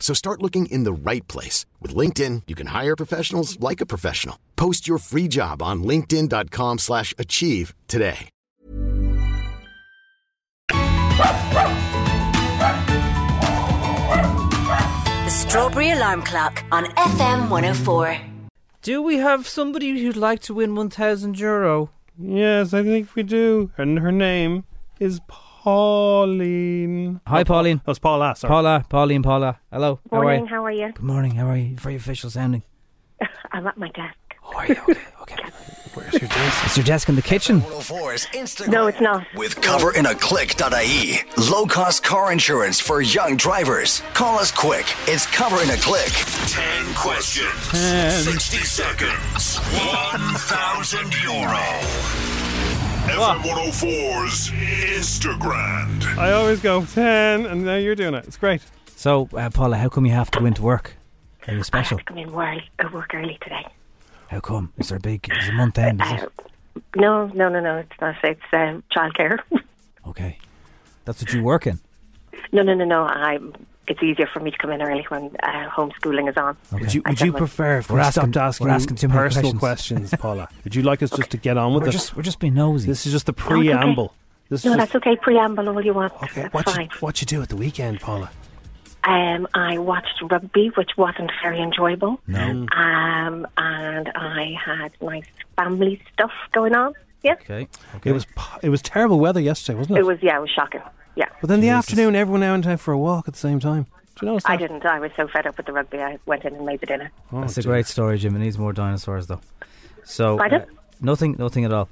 So start looking in the right place. With LinkedIn, you can hire professionals like a professional. Post your free job on linkedin.com/achieve slash achieve today.
The Strawberry Alarm Clock on FM 104.
Do we have somebody who'd like to win 1,000 euro?
Yes, I think we do. And her name is Pauline.
Hi, Pauline.
That's Oh, Paula. Sorry.
Paula, Pauline, Paula. Hello.
Morning,
How are you?
how are you? <laughs>
Good morning. How are you? Very official sounding.
I'm at my desk.
Oh, are you? Okay.
Where's
your desk? It's your desk in the kitchen.
No, it's not.
oh With coverinaclick.ie. Low cost car insurance for young drivers. Call us quick. It's Cover in a Click. 10 questions. 60 seconds. 1,000 euro. FM104's Instagram.
I always go 10, and now you're doing it. It's great.
So, uh, Paula, how come you have to go into work? Are
I
you
have
special?
to come in early, go work early today.
How come? Is there a big? Is it month end? Is it?
No, no, no, no. It's not. It's um, childcare. <laughs>
Okay, that's what you work
<laughs>
in.
no, no, no, no. I. It's easier for me to come in early when uh, homeschooling is on.
Would you,
I
would you
generally-
prefer if
We're
we
asking-
stopped asking,
we're asking too many
personal
questions. <laughs>
questions, Paula? Would you like us just to get on with
We're
it?
just we're just being nosy. Oh,
this is just the
No, it's okay.
preamble. This
no,
is
that's
just,
okay. Preamble all you want. that's
what you,
fine.
what you do at the weekend, Paula.
Um, I watched rugby, which wasn't very enjoyable.
No.
Um, and I had nice family stuff going on. Yeah.
Okay.
It was p- it was terrible weather yesterday, wasn't it?
It was, yeah, it was shocking. Yeah.
But then the afternoon, everyone went out for a walk at the same time. Do you notice
I
that?
didn't. I was so fed up with the rugby. I went in and made the dinner.
Oh,
That's a great story, Jim. It needs more dinosaurs, though. So
Pardon?
uh, nothing, nothing at all.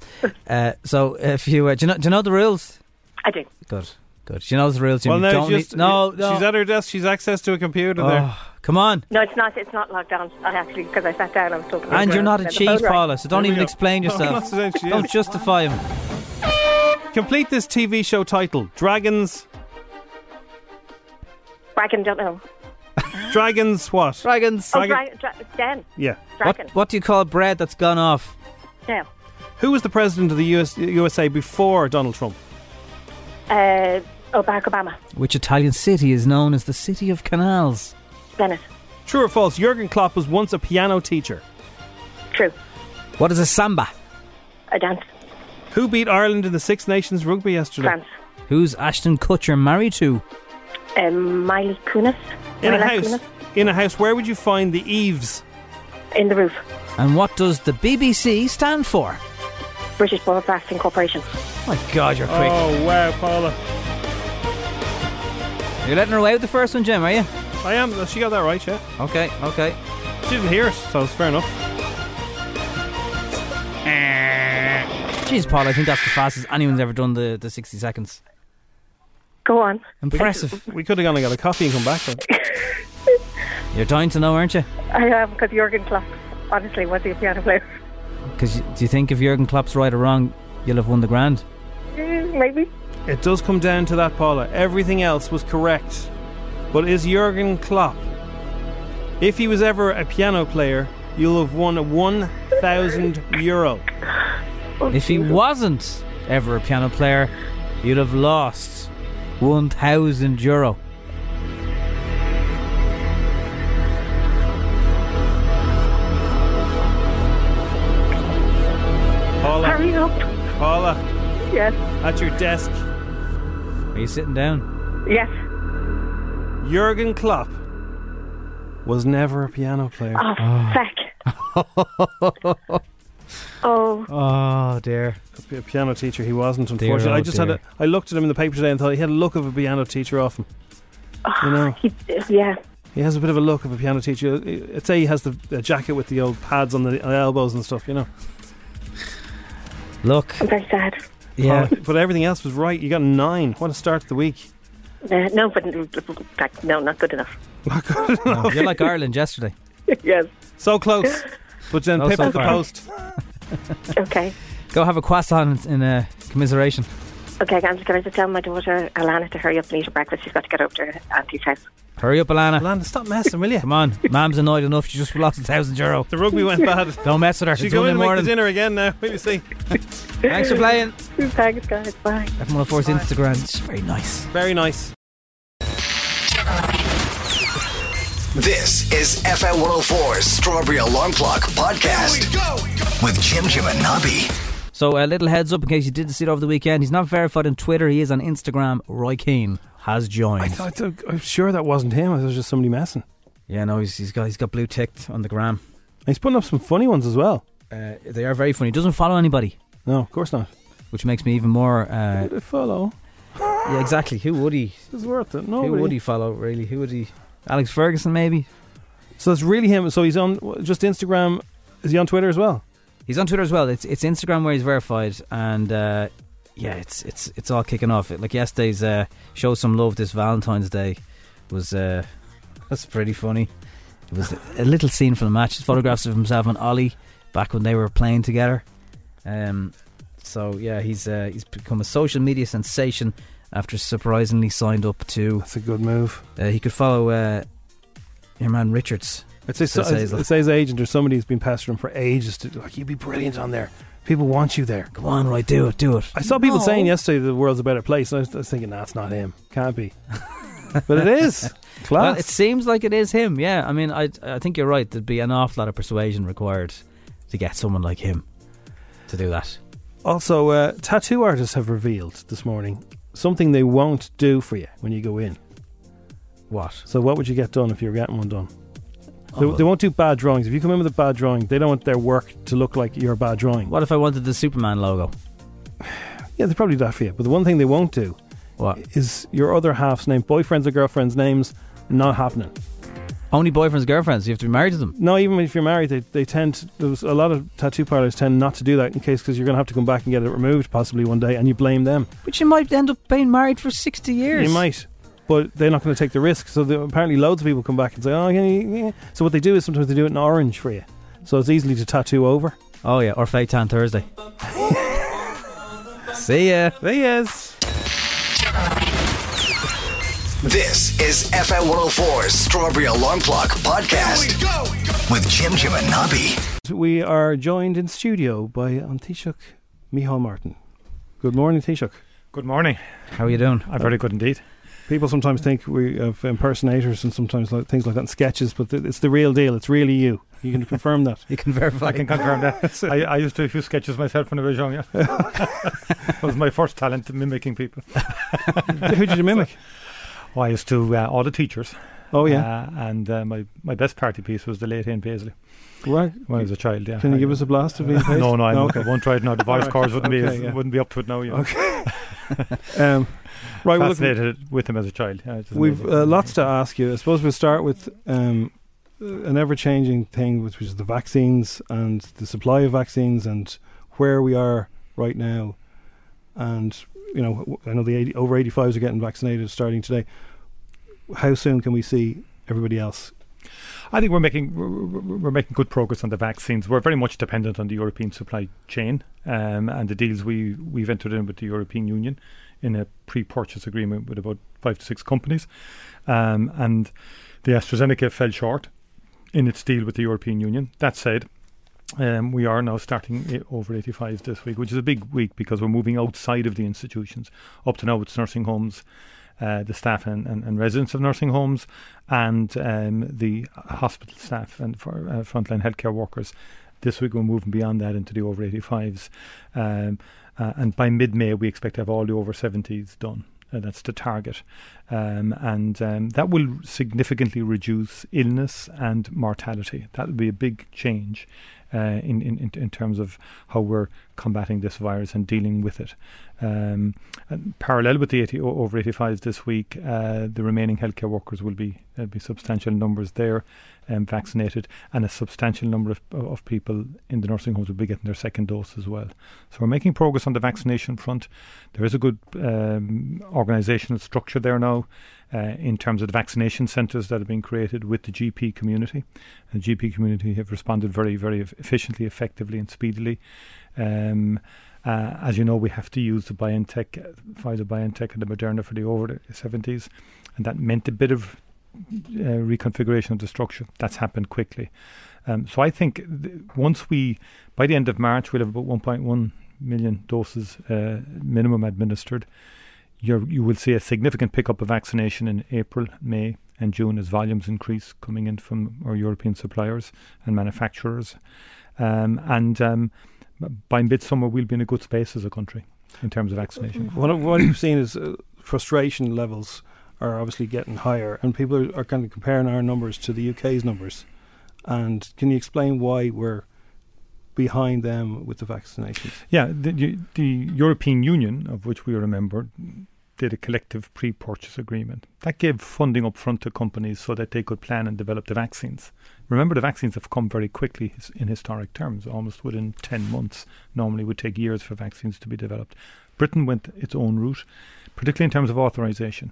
uh, so if you uh, do, you know, do you know the rules?
I do.
Good, good. Do you know the rules, Jim?
Well,
You
now
don't
just
need- no, no.
She's at her desk. She's access to a computer there.
Oh, come on.
No, it's not. It's not locked down. I actually, because I sat down, I was talking. to
And
the
you're
girl,
not a
then the
cheese,
phone rang.
Paula, so don't
Here we
even
go.
explain
No, <laughs> I'm
yourself.
not saying she
don't
is.
justify him.
Complete this TV show title: Dragons.
Dragon, don't know.
Dragons. What?
Dragons.
Oh, dra- dra- Den.
Yeah.
Dragon.
What, what do you call bread that's gone off?
Yeah.
Who was the president of the US, USA before Donald Trump?
Uh, oh, Barack Obama.
Which Italian city is known as the City of Canals?
Bennett.
True or false? Jurgen Klopp was once a piano teacher.
True.
What is a samba?
A dance.
Who beat Ireland in the Six Nations rugby yesterday?
France.
Who's Ashton Kutcher married to?
Um, Miley Kunis.
In a
Mila
house.
Kunis.
In a house. Where would you find the eaves?
In the roof.
And what does the BBC stand for?
British Broadcasting Corporation.
My God, you're quick.
Oh wow, Paula!
You're letting her away with the first one, Jim, are you?
I am. She got that right, yeah.
Okay, okay.
She didn't hear it, so it's fair enough.
Jeez, Paul, I think that's the fastest anyone's ever done the, the 60 seconds.
Go on.
Impressive.
<laughs> We could have gone and got a coffee and come back. Then.
<laughs> You're dying to know, aren't you?
I am because Jurgen Klopp, honestly, was he a piano player?
Because do you think if Jurgen Klopp's right or wrong, you'll have won the grand?
Mm, Maybe.
It does come down to that, Paula. Everything else was correct, but is Jurgen Klopp? If he was ever a piano player, you'll have won one thousand euro.
If he wasn't ever a piano player, you'd have lost 1,000 euro.
Paula,
Hurry up.
Paula,
Yes.
at your desk.
Are you sitting down?
Yes.
Jurgen Klopp was never a piano player.
Oh,
Ah.
feck.
<laughs>
Oh,
Oh, dear.
A piano teacher, he wasn't.
Dear,
Unfortunately, I
oh,
just
dear.
had a. I looked at him in the paper today and thought he had a look of a piano teacher off him. You know.
Oh, he, yeah.
He has a bit of a look of a piano teacher. Uh, I'd say he has the, the jacket with the old pads on the elbows and stuff, you know.
Look.
I'm very sad.
Yeah.
But everything else was right. You got nine. What a start to the week. <laughs>
Uh, no, but like, no, not good enough. <laughs>
No, Oh, you're like Ireland yesterday.
yes.
So close. But then
Oh,
Pip
so
at the
far.
post.
<laughs> Okay.
Go have a croissant in uh, commiseration.
Okay, I'm just going to tell my daughter Alana to hurry up and eat her breakfast. She's got to get up to her auntie's house.
Hurry up, Alana.
Alana, stop messing, will you?
Come on. Mam's annoyed enough. She just lost a thousand euro.
The rugby went bad.
Don't mess with her.
She's
it's
going
Monday morning.
to make the dinner again now. Will you see?
Thanks for
<laughs>
playing.
Thanks, guys. Bye.
F104's Instagram. It's very nice.
Very nice.
This is FM 104's Strawberry Alarm Clock Podcast with Jim Jim and Nobby.
So a little heads up in case you didn't see it over the weekend. He's not verified on Twitter. He is on Instagram. Roy Keane has joined.
I thought, I'm sure that wasn't him. It was just somebody messing.
Yeah, no, he's, he's got he's got blue ticked on the gram.
He's putting up some funny ones as well.
Uh, they are very funny. He doesn't follow anybody.
No, of course not.
Which makes me even more. Uh,
Did it follow?
yeah, exactly. Who would he?
It's worth it.
Who
Nobody.
would he follow? Really? Who would he? Alex Ferguson, maybe.
So it's really him. So he's on just Instagram. Is he on Twitter as well?
He's on Twitter as well. It's it's Instagram where he's verified, and uh, yeah, it's it's it's all kicking off. Like yesterday's uh, show some love this Valentine's Day was uh, that's pretty funny. It was a little scene from the match. It's photographs of himself and Ollie back when they were playing together. Um, so yeah, he's uh, he's become a social media sensation after surprisingly signed up to. That's
a good move.
Uh, he could follow uh, your man Richards.
I'd say, so,
Says
I'd,
Hazel.
I'd say his agent or somebody has been pestering him for ages. To, like, you'd be brilliant on there. People want you there.
Come on, Roy, do it, do it.
I saw people
No.
saying yesterday the world's a better place. And I was, I was thinking, that's not him. Can't be. <laughs> but
<laughs>
it is. Class.
Well, it seems like it is him. Yeah, I mean, I I think you're right. There'd be an awful lot of persuasion required to get someone like him to do that.
Also, uh, tattoo artists have revealed this morning something they won't do for you when you go in.
What?
So, what would you get done if you were getting one done? They,
Oh.
they won't do bad drawings. If you come in with a bad drawing, they don't want their work to look like your bad drawing.
What if I wanted the Superman logo?
Yeah, they probably do that for you. But the one thing they won't do
what?
is your other half's name, boyfriends or girlfriends' names, not happening.
Only boyfriends, girlfriends. You have to be married to them.
No, even if you're married, they, they tend to, there's a lot of tattoo parlors tend not to do that in case because you're going to have to come back and get it removed possibly one day, and you blame them.
But you might end up being married for sixty years.
You might, but they're not going to take the risk. So the, apparently, loads of people come back and say, "Oh, yeah, yeah." yeah." So what they do is sometimes they do it in orange for you, so it's easily to tattoo over.
Oh yeah, or Fake Tan Thursday. See ya. See yas.
This is FM 104's Strawberry Alarm Clock Podcast with Jim Jim and Nobby.
We are joined in studio by Antishuk Mihal Martin. Good morning, Taoiseach.
Good morning.
How are you doing?
I'm very good indeed.
People sometimes think we have impersonators and sometimes like, things like that in sketches, but th- it's the real deal. It's really you. You can confirm that.
<laughs> you can
<laughs>
verify.
I can confirm that. I, I used to do a few sketches myself when I was young. Yeah. <laughs> that was my first talent, mimicking people.
<laughs> Who did you mimic?
Well, I used to uh, all the teachers.
Oh, yeah.
Uh, and uh, my, my best party piece was the late Ian Paisley.
Right.
When I was a child, yeah.
Can you
I-
give us a blast of Ian Paisley?
<laughs> No, no, I'm,
No,
okay.
okay.
I won't try
<laughs>
it now. The voice
Alright.
chords wouldn't,
Okay,
be,
yeah.
wouldn't be up to it now. Yeah. <laughs>
Okay. Um, right, well, look-
Fascinated with him as a child. yeah, it's
We've
amazing.
uh, lots to ask you. I suppose we'll start with um, an ever changing thing, which is the vaccines and the supply of vaccines and where we are right now. And, you know, w- I know the 80, over 85s are getting vaccinated starting today. How soon can we see everybody else?
I think we're making we're- we're we're making good progress on the vaccines. We're very much dependent on the European supply chain um, and the deals we we've entered in with the European Union in a pre-purchase agreement with about five to six companies, um, and the AstraZeneca fell short in its deal with the European Union. That said. Um, we are now starting i- over 85s this week, which is a big week because we're moving outside of the institutions. Up to now, it's nursing homes, uh, the staff and, and, and residents of nursing homes, and um, the hospital staff and for, uh, frontline healthcare workers. This week, we're moving beyond that into the over 85s. Um, uh, and by mid May, we expect to have all the over 70s done. Uh, that's the target. Um, and um, that will significantly reduce illness and mortality. That will be a big change uh, in, in, in- in terms of how we're combating this virus and dealing with it. Um, and parallel with the 80, o- over 85s this week, uh, the remaining healthcare workers will be, there'll be substantial numbers there um, vaccinated, and a substantial number of, of people in the nursing homes will be getting their second dose as well. So we're making progress on the vaccination front. There is a good um, organisational structure there now uh, in terms of the vaccination centres that have been created with the GP community. The GP community have responded very, very eff- efficiently, effectively, and speedily. Um, uh, as you know, we have to use the BioNTech, Pfizer BioNTech, and the Moderna for the over the 70s, and that meant a bit of uh, reconfiguration of the structure. That's happened quickly. Um, so I think th- once we, by the end of March, we'll have about 1.1 million doses uh, minimum administered. You're, you will see a significant pickup of vaccination in April, May, and June as volumes increase coming in from our European suppliers and manufacturers. Um, and um, by midsummer, we'll be in a good space as a country in terms of vaccination.
What, I- what you've seen is uh, frustration levels are obviously getting higher, and people are, are kind of comparing our numbers to the UK's numbers. And can you explain why we're behind them with the vaccinations?
Yeah, the, the- the European Union, of which we are a member, did a collective pre purchase agreement. That gave funding up front to companies so that they could plan and develop the vaccines. Remember, the vaccines have come very quickly his- in historic terms, almost within 10 months. Normally, it would take years for vaccines to be developed. Britain went its own route, particularly in terms of authorization.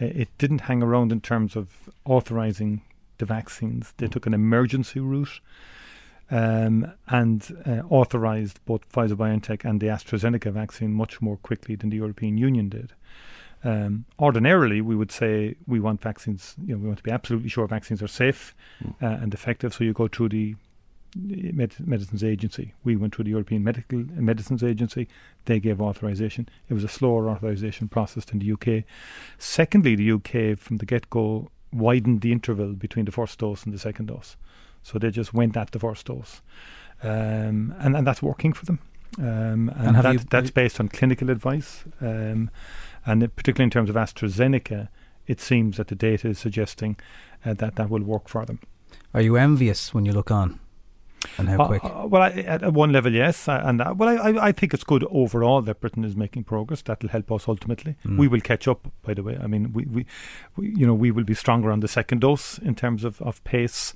Uh, It didn't hang around in terms of authorizing the vaccines, they took an emergency route um, and uh, authorized both Pfizer BioNTech and the AstraZeneca vaccine much more quickly than the European Union did. Um, ordinarily, we would say we want vaccines, you know, we want to be absolutely sure vaccines are safe uh, and effective, so you go through the Med- Medicines Agency. We went through the European Medical Medicines Agency. They gave authorization. It was a slower authorization process than the UK. Secondly, the UK from the get go widened the interval between the first dose and the second dose. So they just went at the first dose. Um, and, and that's working for them. Um, and
And have
that,
you-
that's based on clinical advice. Um, and it- particularly in terms of AstraZeneca, it seems that the data is suggesting uh, that that will work for them.
Are you envious when you look on? And how
Uh,
quick?
uh, well, I, at at one level, yes, uh, and uh, well, I, I- I think it's good overall that Britain is making progress. That will help us ultimately.
Mm.
We will catch up, by the way. I mean, we, we, we, you know, we will be stronger on the second dose in terms of of pace,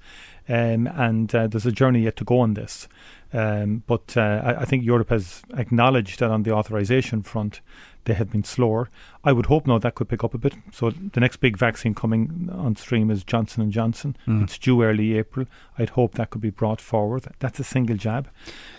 um, and uh, there's a journey yet to go on this. Um, but uh, I, I think Europe has acknowledged that on the authorization front, they have been slower. I would hope now that could pick up a bit. So the next big vaccine coming on stream is Johnson and Johnson.
Mm.
It's due early April. I'd hope that could be brought forward. That's a single jab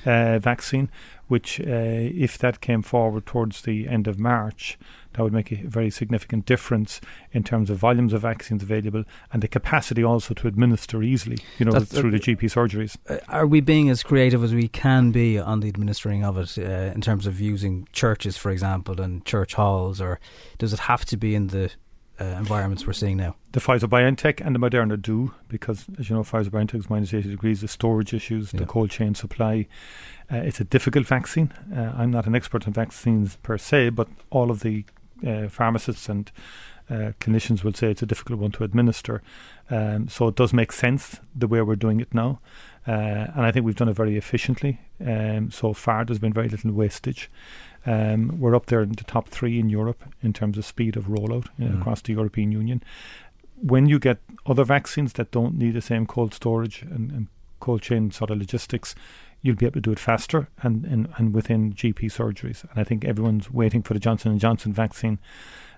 uh, vaccine, which uh, if that came forward towards the end of March, that would make a very significant difference in terms of volumes of vaccines available and the capacity also to administer easily. You know,
That's-
through the GP surgeries.
Uh, Are we being as creative as we can be on the administering of it uh, in terms of using churches, for example, and church halls, or does it have to be in the uh, environments we're seeing now?
The Pfizer BioNTech and the Moderna do because, as you know, Pfizer BioNTech is minus 80 degrees, the storage issues, the cold chain supply. Uh, it's a difficult vaccine. Uh, I'm not an expert on vaccines per se, but all of the uh, pharmacists and uh, clinicians will say it's a difficult one to administer. Um, so it does make sense the way we're doing it now. Uh, and I think we've done it very efficiently um, so far. There's been very little wastage. Um, we're up there in the top three in Europe in terms of speed of rollout uh,
Mm.
across the European Union. When you get other vaccines that don't need the same cold storage and, and cold chain sort of logistics, you'll be able to do it faster and, and, and within GP surgeries. And I think everyone's waiting for the Johnson and Johnson vaccine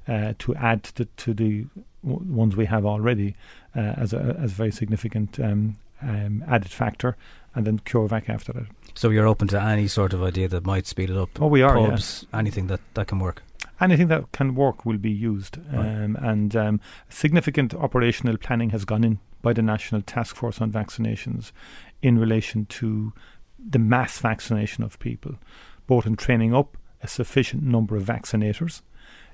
uh, to add to, to the w- ones we have already uh, as a as a very significant um, um, added factor, and then CureVac after that.
So you're open to any sort of idea that might speed it up.
Oh, we are,
Pubs, anything that, that can work.
Anything that can work will be used, um, and um, significant operational planning has gone in by the National Task Force on Vaccinations in relation to the mass vaccination of people, both in training up a sufficient number of vaccinators,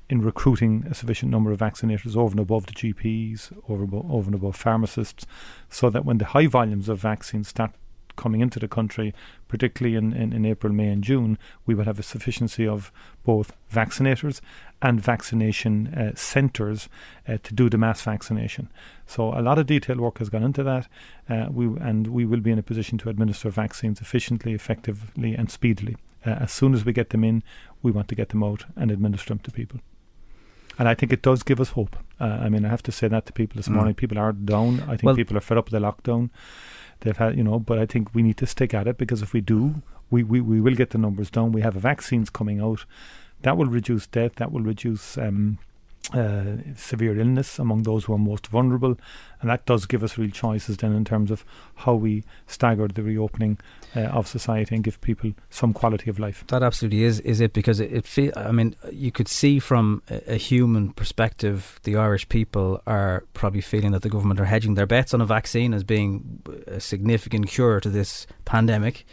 in recruiting a sufficient number of vaccinators over and above the GPs, over, abo- over and above pharmacists, so that when the high volumes of vaccines start coming into the country, particularly in, in, in April, May, and June, we will have a sufficiency of both vaccinators and vaccination uh, centres uh, to do the mass vaccination. So a lot of detailed work has gone into that, uh, we and we will be in a position to administer vaccines efficiently, effectively, and speedily. Uh, as soon as we get them in, we want to get them out and administer them to people. And I think it does give us hope. Uh, I mean, I have to say that to people this
Mm.
morning. People are down. I think
Well-
people are fed up with the lockdown. They've had, you know, but I think we need to stick at it because if we do, we, we, we will get the numbers down. We have vaccines coming out. That will reduce death. That will reduce um, uh, severe illness among those who are most vulnerable, and that does give us real choices then in terms of how we stagger the reopening uh, of society and give people some quality of life.
That absolutely is is it because it, it feel, I mean you could see from a, a human perspective the Irish people are probably feeling that the government are hedging their bets on a vaccine as being a significant cure to this pandemic,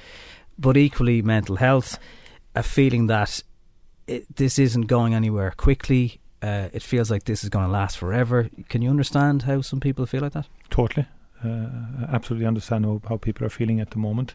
but equally mental health, a feeling that. It, this isn't going anywhere quickly. Uh, it feels like this is going to last forever. Can you understand how some people feel like that?
Totally. Uh, absolutely understand how, how, people are feeling at the moment.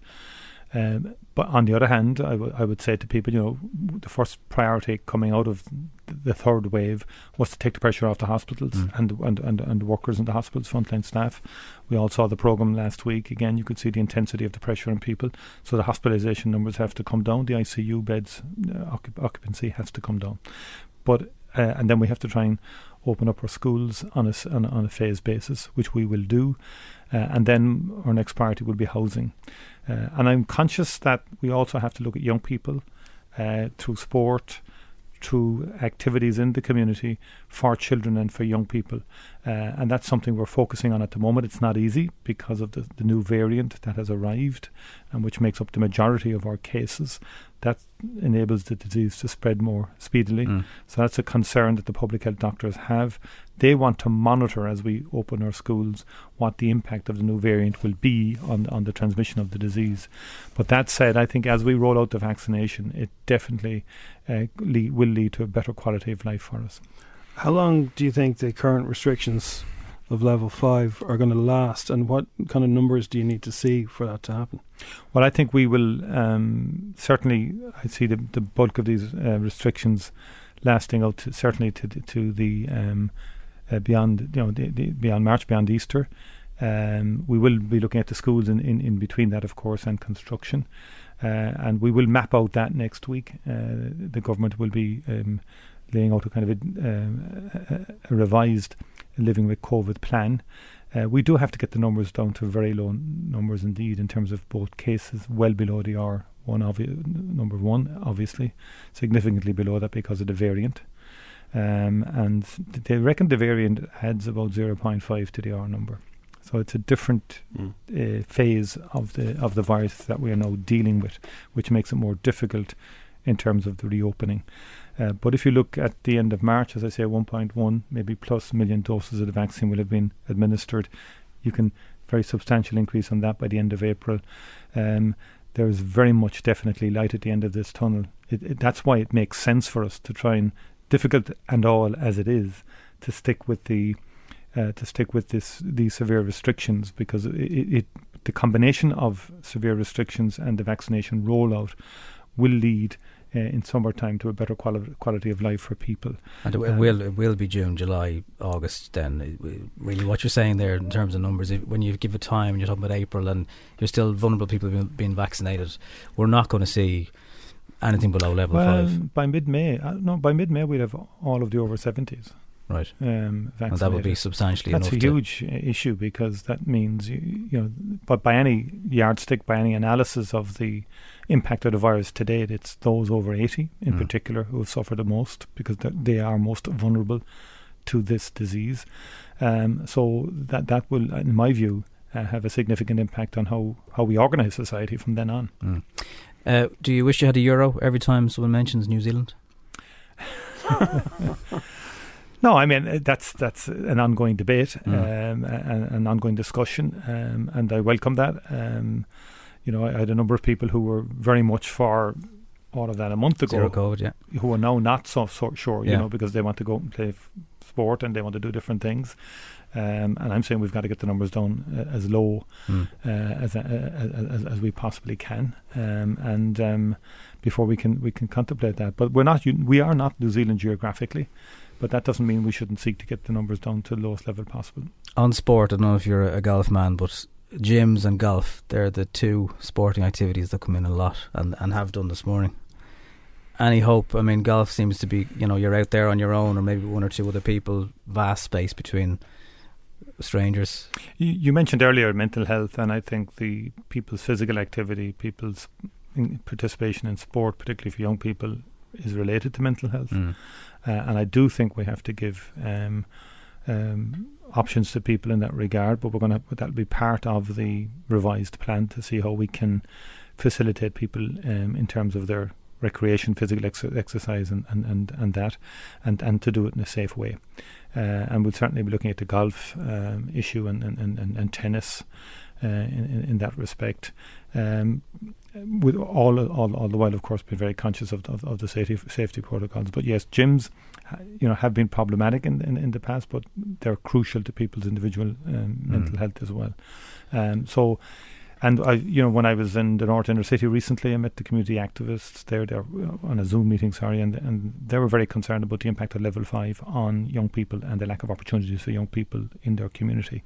Um, but on the other hand, I, w- I would say to people, you know, the first priority coming out of the third wave was to take the pressure off the hospitals mm. and, and, and, and workers in the hospitals, frontline staff. We all saw the program last week. Again, you could see the intensity of the pressure on people. So the hospitalization numbers have to come down. The ICU beds uh, occup- occupancy has to come down. But uh, and then we have to try and open up our schools on a, on, on a phased basis, which we will do. Uh, and then our next priority will be housing. Uh, and I'm conscious that we also have to look at young people uh, through sport, through activities in the community for children and for young people. Uh, and that's something we're focusing on at the moment. It's not easy because of the, the new variant that has arrived and which makes up the majority of our cases that enables the disease to spread more speedily. Mm. So that's a concern that the public health doctors have. They want to monitor as we open our schools what the impact of the new variant will be on on the transmission of the disease. But that said, I think as we roll out the vaccination, it definitely uh, le- will lead to a better quality of life for us.
How long do you think the current restrictions of level five are going to last, and what kind of numbers do you need to see for that to happen?
Well, I think we will um, certainly. I see the, the bulk of these uh, restrictions lasting out to, certainly to to the um, uh, beyond you know the, the beyond March, beyond Easter. Um, we will be looking at the schools in, in, in between that, of course, and construction. Uh, and we will map out that next week. Uh, the government will be um, laying out a kind of a, a, a revised living with COVID plan. Uh, we do have to get the numbers down to very low n- numbers indeed in terms of both cases, well below the R1 obvi- number one, obviously, significantly below that because of the variant. Um, and th- they reckon the variant adds about 0.5 to the R number. So it's a different mm. uh, phase of the of the virus that we are now dealing with, which makes it more difficult in terms of the reopening. Uh, but if you look at the end of March, as I say, 1.1 maybe plus million doses of the vaccine will have been administered. You can very substantial increase on that by the end of April. Um, there is very much definitely light at the end of this tunnel. It, it, that's why it makes sense for us to try and difficult and all as it is to stick with the uh, to stick with this these severe restrictions because it, it the combination of severe restrictions and the vaccination rollout will lead uh, in summertime to a better quali- quality of life for people.
And it, w- um, will it will be June, July, August. Then it, w- really, what you're saying there in terms of numbers, if, when you give it time and you're talking about April, and you're still vulnerable people being, being vaccinated, we're not going to see anything below level
well,
five
by mid-May. Uh, no, by mid-May we'd have all of the over seventies.
Right,
um,
and that would be substantially.
That's
to,
a huge uh, issue because that means you, you know, but by any yardstick, by any analysis of the impact of the virus to date, it's those over 80 in
Hmm.
mm. particular who have suffered the most because they are most vulnerable to this disease. Um, so that that will, in my view, uh, have a significant impact on how, how we organise society from then on.
Mm. Uh, do you wish you had a euro every time someone mentions New Zealand?
No, I mean uh, that's that's an ongoing debate, mm. um, an, an, ongoing discussion, um, and I welcome that. Um, you know, I, I, had a number of people who were very much for all of that a month ago,
COVID, yeah.
who are now not so, so sure, you yeah. know, because they want to go and play f- sport and they want to do different things. Um, and I'm saying we've got to get the numbers down uh, as low mm. uh, as, uh, as, as we possibly can, um, and um, before we can we can contemplate that. But we're not we are not New Zealand geographically, but that doesn't mean we shouldn't seek to get the numbers down to the lowest level possible.
On sport, I don't know if you're a golf man, but gyms and golf they're the two sporting activities that come in a lot and, and have done this morning. Any hope? I mean, golf seems to be you know you're out there on your own, or maybe one or two other people. Vast space between strangers.
You, you, mentioned earlier mental health, and I think the people's physical activity, people's in participation in sport, particularly for young people, is related to mental health,
Mm.
uh, and I do think we have to give um, um, options to people in that regard. But we're going to that'll be part of the revised plan to see how we can facilitate people um, in terms of their recreation, physical ex- exercise, and, and, and, and that, and, and to do it in a safe way. Uh, and we'll certainly be looking at the golf um, issue and, and, and, and- and tennis uh, in, in, in that respect. Um, with all, all, all the while, of course, being very conscious of, of, of the safety, safety protocols. But yes, gyms, ha- you know, have been problematic in, in, in the past, but they're crucial to people's individual um, mental health as well. Um, so, and I, you know, when I was in the North Inner City recently, I met the community activists there. They're uh, on a Zoom meeting, sorry, and and they were very concerned about the impact of Level Five on young people and the lack of opportunities for young people in their community,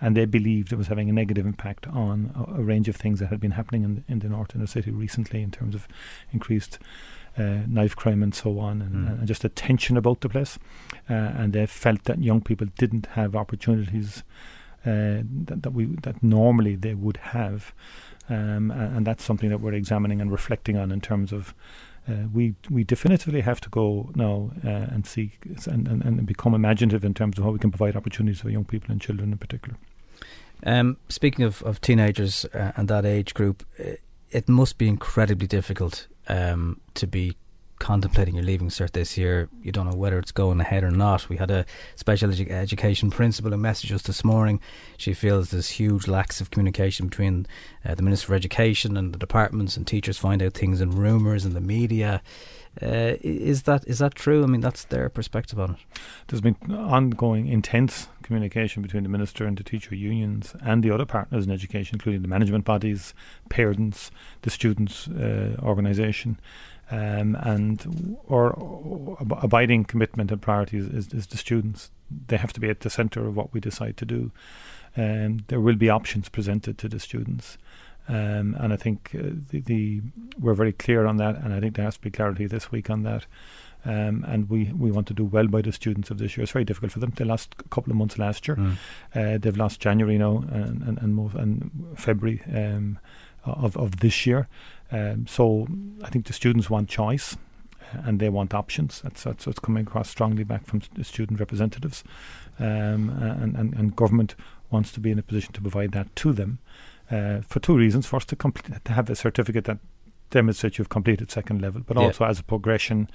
and they believed it was having a negative impact on a, a range of things that had been happening in in the North Inner City recently in terms of increased. Uh, knife crime and so on, and, and just a tension about the place, uh, and they felt that young people didn't have opportunities uh, that, that we that normally they would have, um, a- and, that's something that we're examining and reflecting on in terms of. Uh, we we definitively have to go now uh, and seek and, and, and become imaginative in terms of how we can provide opportunities for young people and children in particular.
Um, speaking of, of teenagers uh, and that age group, i- it must be incredibly difficult um, to be contemplating your leaving cert this year. You don't know whether it's going ahead or not. We had a special edu- education principal who messaged us this morning. She feels there's huge lacks of communication between uh, the Minister for Education and the departments, and teachers find out things in rumours and the media. Uh, i- is that is that true? I mean, that's their perspective on it.
There's been ongoing intense communication between the minister and the teacher unions and the other partners in education, including the management bodies, parents, the students' uh, organisation, um, and w- our ab- abiding commitment and priorities is, is the students. They have to be at the centre of what we decide to do. Um, there will be options presented to the students. Um, and I think uh, the, the we're very clear on that, and I think there has to be clarity this week on that. Um, and we, we want to do well by the students of this year. It's very difficult for them. They lost a couple of months last year.
Mm.
Uh, they've lost January now and and and, most, and February um, of of this year. Um, so I think the students want choice and they want options. That's that's what's coming across strongly back from st- student representatives, um, and, and and government wants to be in a position to provide that to them uh, for two reasons. First, to complete to have a certificate that demonstrates you've completed second level, but
Yeah.
also as a progression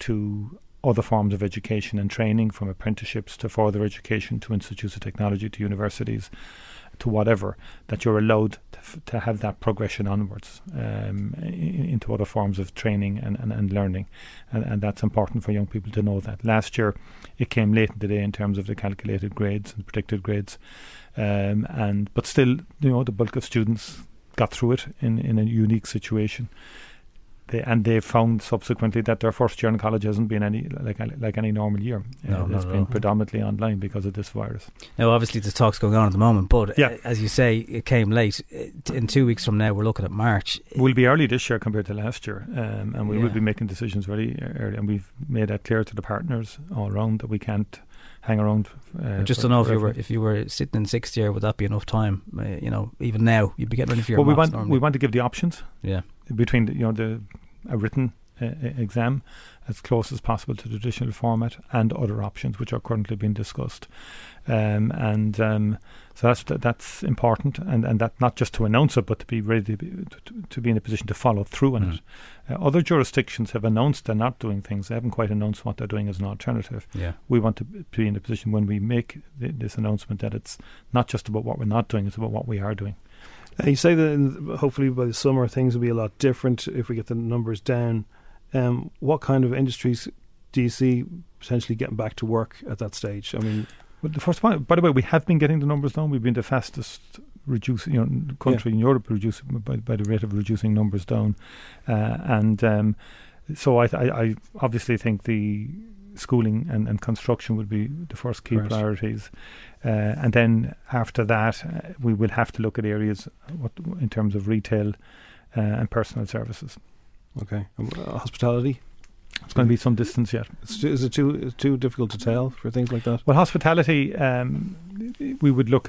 to other forms of education and training, from apprenticeships to further education to institutes of technology to universities to whatever, that you're allowed to, f- to have that progression onwards um, i- i- into other forms of training and, and, and learning. And, and that's important for young people to know that. Last year, it came late in the day in terms of the calculated grades and predicted grades. Um, and But still, you know, the bulk of students got through it in, in a unique situation they and they found subsequently that their first year in college hasn't been any like like any normal year.
No,
Uh,
not
it's
at
been
all.
predominantly online because of this virus.
Now, obviously, there's talks going on at the moment, but
Yeah.
uh, as you say, it came late. Uh, t- In two weeks from now, we're looking at March.
We'll be early this year compared to last year, um, and we will
Yeah.
be making decisions very e-, early. And we've made that clear to the partners all around that we can't hang around.
I
Uh,
just
for-
don't know if you
forever.
were if you were sitting in sixth year, would that be enough time? Uh, you know, even now, you'd be getting ready for your.
well, we
maths
want
normally.
we want to give the options.
Yeah.
Between the, you know the a written uh, e- exam as close as possible to the traditional format and other options which are currently being discussed, um, and um, so that's tha- that's important and and that not just to announce it but to be ready to be, to, to be in a position to follow through on it. Uh, other jurisdictions have announced they're not doing things. They haven't quite announced what they're doing as an alternative.
Yeah.
We want to b- be in a position when we make th- this announcement that it's not just about what we're not doing; it's about what we are doing.
Uh, you say that in, hopefully by the summer things will be a lot different if we get the numbers down. Um, what kind of industries do you see potentially getting back to work at that stage? I mean,
Well, the first one, by the way, we have been getting the numbers down. We've been the fastest reduce, you know, country in Europe reducing by, by the rate of reducing numbers down, uh, and um, so I, I, I obviously think the schooling and, and construction would be the first key
First.
priorities, uh, and then after that uh, we will have to look at areas uh, what in terms of retail uh, and personal services.
okay, Um, uh, hospitality.
It's going to be some distance yet.
It's, is it too is it too difficult to tell for things like that?
Well, hospitality, um, we would look.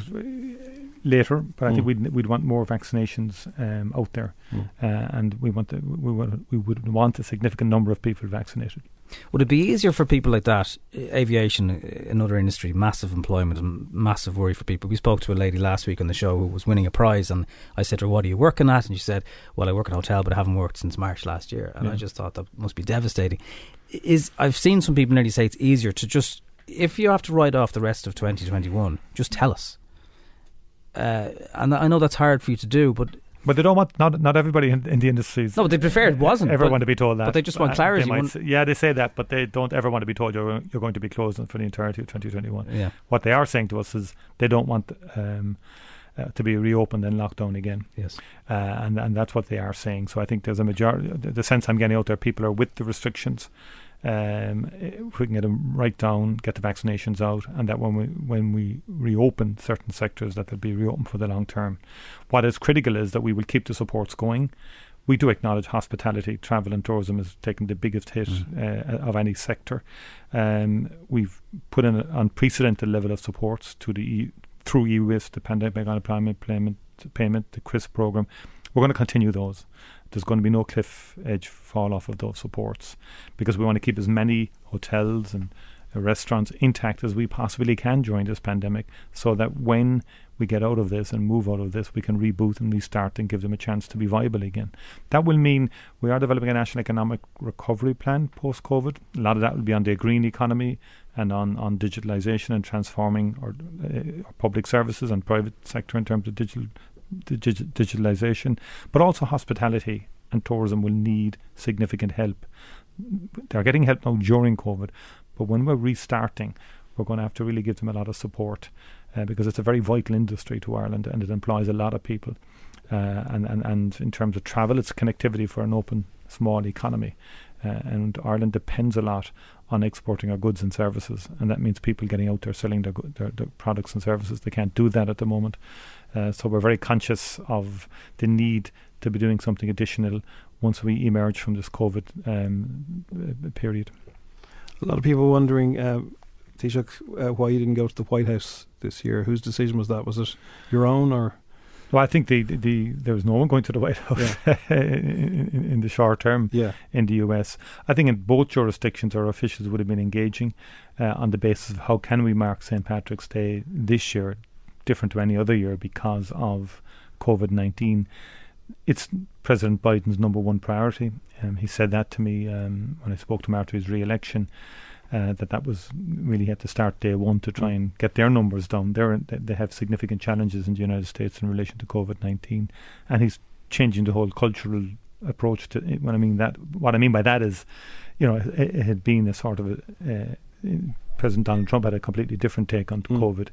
later, but I think
Mm.
we'd we'd want more vaccinations um, out there,
Mm.
uh, and we want to, we would we would want a significant number of people vaccinated.
Would it be easier for people like that? uh, Aviation, another industry, massive employment and massive worry for people. We spoke to a lady last week on the show who was winning a prize, and I said to her, "What are you working at?" And she said, "Well, I work at a hotel, but I haven't worked since March last year." And I
Yeah.
just thought that must be devastating. Is I've seen some people nearly say it's easier to just if you have to write off the rest of 2021, just tell us. Uh, and I know that's hard for you to do, but
but they don't want not not everybody in, in the industry.
No, they prefer it wasn't.
Everyone
but-
to be told that,
but they just want
Uh,
clarity,
they might
wouldn't-
say- yeah, they say that, but they don't ever want to be told you're you're going to be closed for the entirety of 2021.
Yeah.
What they are saying to us is they don't want um, uh, to be reopened and locked down again.
Yes.
Uh, and and that's what they are saying. So I think there's a majority. The the sense I'm getting out there, people are with the restrictions. Um, if we can get them right down, get the vaccinations out, and that when we when we reopen certain sectors, that they'll be reopened for the long term. What is critical is that we will keep the supports going. We do acknowledge hospitality, travel, and tourism has taken the biggest hit uh, of any sector. Um, we've put in an unprecedented level of supports to the e- through EWIS, the pandemic unemployment payment, payment, the CRISP program. We're going to continue those. There's going to be no cliff edge fall off of those supports because we want to keep as many hotels and uh, restaurants intact as we possibly can during this pandemic so that when we get out of this and move out of this, we can reboot and restart and give them a chance to be viable again. That will mean we are developing a national economic recovery plan post COVID. A lot of that will be on the green economy and on, on digitalization and transforming our, uh, our public services and private sector in terms of digital digi- digitalization, but also hospitality and tourism will need significant help they're getting help now during COVID, but when we're restarting, we're going to have to really give them a lot of support uh, because it's a very vital industry to Ireland and it employs a lot of people. Uh, and, and, and in terms of travel, it's connectivity for an open, small economy. Uh, and Ireland depends a lot on exporting our goods and services. And that means people getting out there selling their, go- their, their products and services. They can't do that at the moment. Uh, so we're very conscious of the need to be doing something additional once we emerge from this COVID um, uh, period. <laughs>
A lot of people wondering, uh, Taoiseach, uh, why you didn't go to the White House this year. Whose decision was that? Was it your own or?
Well, I think the, the, the there was no one going to the White House in, in, in the short term
Yeah.
in the US. I think in both jurisdictions, our officials would have been engaging uh, on the basis of how can we mark St. Patrick's Day this year, different to any other year because of COVID 19. It's President Biden's number one priority. Um, he said that to me um, when I spoke to him after his re election. Uh, that that was really had to start day one to try and get their numbers down. They're, in- they they have significant challenges in the United States in relation to COVID nineteen, and he's changing the whole cultural approach to it. What I mean that what I mean by that is, you know, it, it had been a sort of a, uh, in- President Donald Trump had a completely different take on COVID.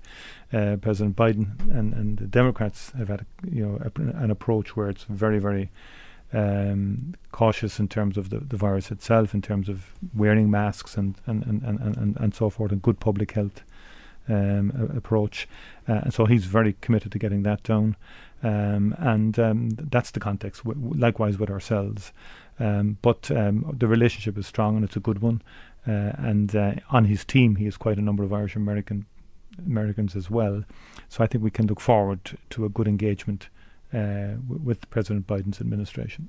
Uh, President Biden and, and the Democrats have had a, you know a, an approach where it's very very um, cautious in terms of the, the virus itself, in terms of wearing masks and and, and, and, and- and, and so forth, and good public health um, a- approach. Uh, and so he's very committed to getting that down. Um, and um, that's the context, w- w- likewise with ourselves. Um, but um, the relationship is strong and it's a good one. Uh, and uh, on his team, he has quite a number of Irish American Americans as well. So I think we can look forward to a good engagement uh, w- with President Biden's administration.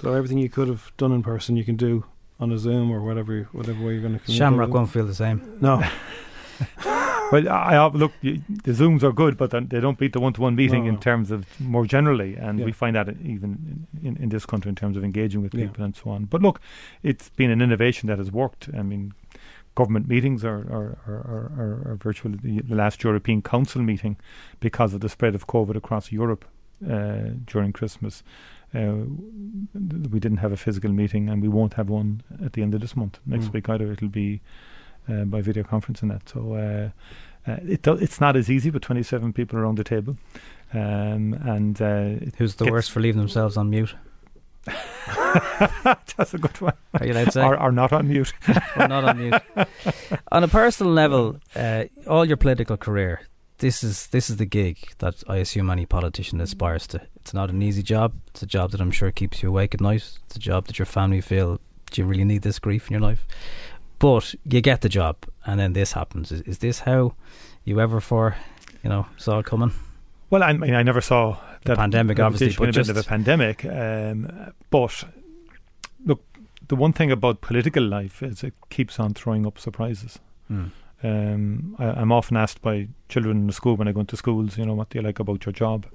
So everything you could have done in person, you can do on a Zoom or whatever, whatever way you're going to.
Shamrock won't feel the same.
<laughs> No.
Well, I, I look. You, the Zooms are good, but then they don't beat the one-to-one meeting
No,
in
no.
terms of more generally, and
Yeah.
we find that even in, in, in this country in terms of engaging with
Yeah.
people and so on. But look, it's been an innovation that has worked. I mean, government meetings are are, are, are, are virtual. The the last European Council meeting, because of the spread of COVID across Europe uh, during Christmas, uh, we didn't have a physical meeting, and we won't have one at the end of this month. Next
Mm.
week either it'll be uh, by video conference and that. So uh, uh, it do, it's not as easy with 27 people around the table. Um, and uh, it
Who's the
gets-
worst for leaving themselves on mute?
That's a good one.
<laughs> Are you allowed to say?
Or, or not on mute.
<laughs> We're not on mute. on a personal level, uh, all your political career, this is this is the gig that I assume any politician aspires to. It's not an easy job. It's a job that I'm sure keeps you awake at night. It's a job that your family feel, do you really need this grief in your life? But you get the job, and then this happens. Is, is this how you ever for, you know, saw it coming?
Well, I mean, I never saw that
pandemic, obviously,
in the
but
middle of a
just-
pandemic. Um, but look, the one thing about political life is it keeps on throwing up surprises.
Mm.
Um, I, I'm often asked by children in the school when I go into schools, you know, what do you like about your job?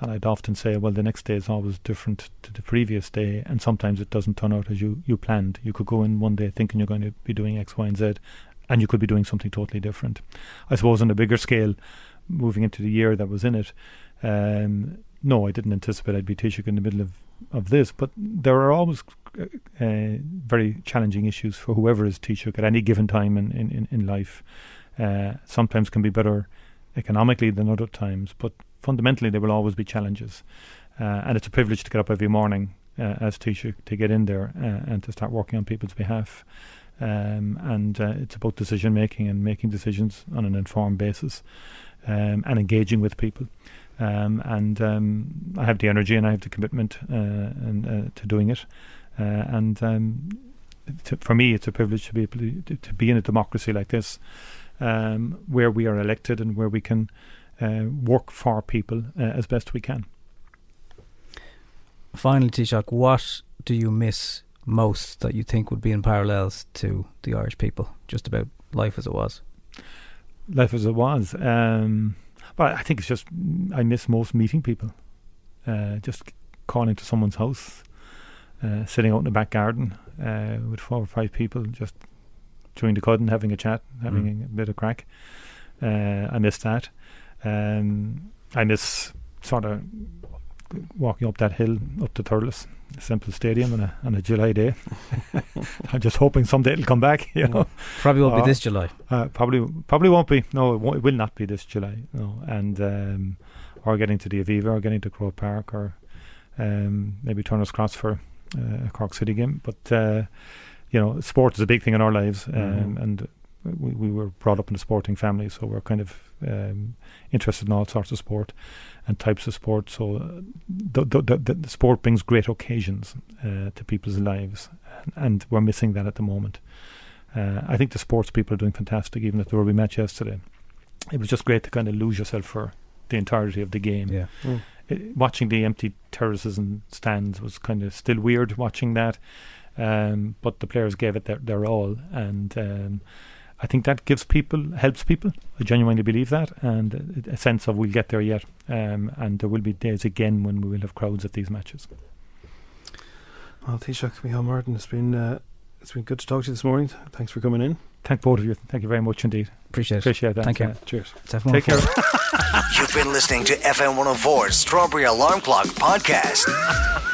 And I'd often say, well, the next day is always different to the previous day, and sometimes it doesn't turn out as you, you planned. You could go in one day thinking you're going to be doing X, Y, and Z, and you could be doing something totally different. I suppose on a bigger scale, moving into the year that was in it, um, no, I didn't anticipate I'd be Taoiseach in the middle of, of this, but there are always uh, uh, very challenging issues for whoever is Taoiseach at any given time in, in, in, in life. Uh, sometimes can be better economically than other times, but fundamentally there will always be challenges. Uh, and it's a privilege to get up every morning uh, as Taoiseach to get in there uh, and to start working on people's behalf. Um, and uh, it's about decision making and making decisions on an informed basis um, and engaging with people. Um, and um, I have the energy and I have the commitment uh, and uh, to doing it. Uh, and um, to, for me, it's a privilege to be able to, to be in a democracy like this, um, where we are elected and where we can uh, work for people uh, as best we can.
Finally, Taoiseach, what do you miss most that you think would be in parallels to the Irish people, just about life as it was?
life as it was. Um, but I think it's just mm, I miss most meeting people, uh, just calling to someone's house, uh, sitting out in the back garden uh, with four or five people, just chewing the cud and having a chat, having
Mm.
a bit of crack. Uh, I miss that. Um, I miss sort of walking up that hill up to Thurles, Simple Stadium on a, on a
<laughs>
July day. <laughs> I'm just hoping someday it'll come back. You know,
Mm. Probably won't be
Uh,
this July.
uh, probably probably won't be. No, it, won't, it will not be this July. No, and um, or getting to the Aviva, or getting to Crow Park, or um, maybe Turner's Cross for uh, a Cork City game. But uh, you know, sport is a big thing in our lives, um,
Mhm.
and we, we were brought up in a sporting family, so we're kind of um, interested in all sorts of sport and types of sport. So uh, the, the, the, the sport brings great occasions uh, to people's lives, and, and we're missing that at the moment. Uh, I think the sports people are doing fantastic, even at the rugby match yesterday. It was just great to kind of lose yourself for the entirety of the game.
Yeah.
Uh,
Hmm.
Mm.
watching the empty terraces and stands was kind of still weird watching that, um, but the players gave it their, their all, and um, I think that gives people helps people. I genuinely believe that, and a a sense of we'll get there yet, um, and there will be days again when we will have crowds at these matches.
Well, Taoiseach Michael Martin, it's been uh, it's been good to talk to you this morning. Thanks for coming in.
Thank both of you. Thank you very much indeed.
Appreciate it.
Appreciate that.
Thank you.
Yeah.
Cheers.
Take
<laughs>
care.
oh You've been listening to FM 104's Strawberry Alarm Clock Podcast.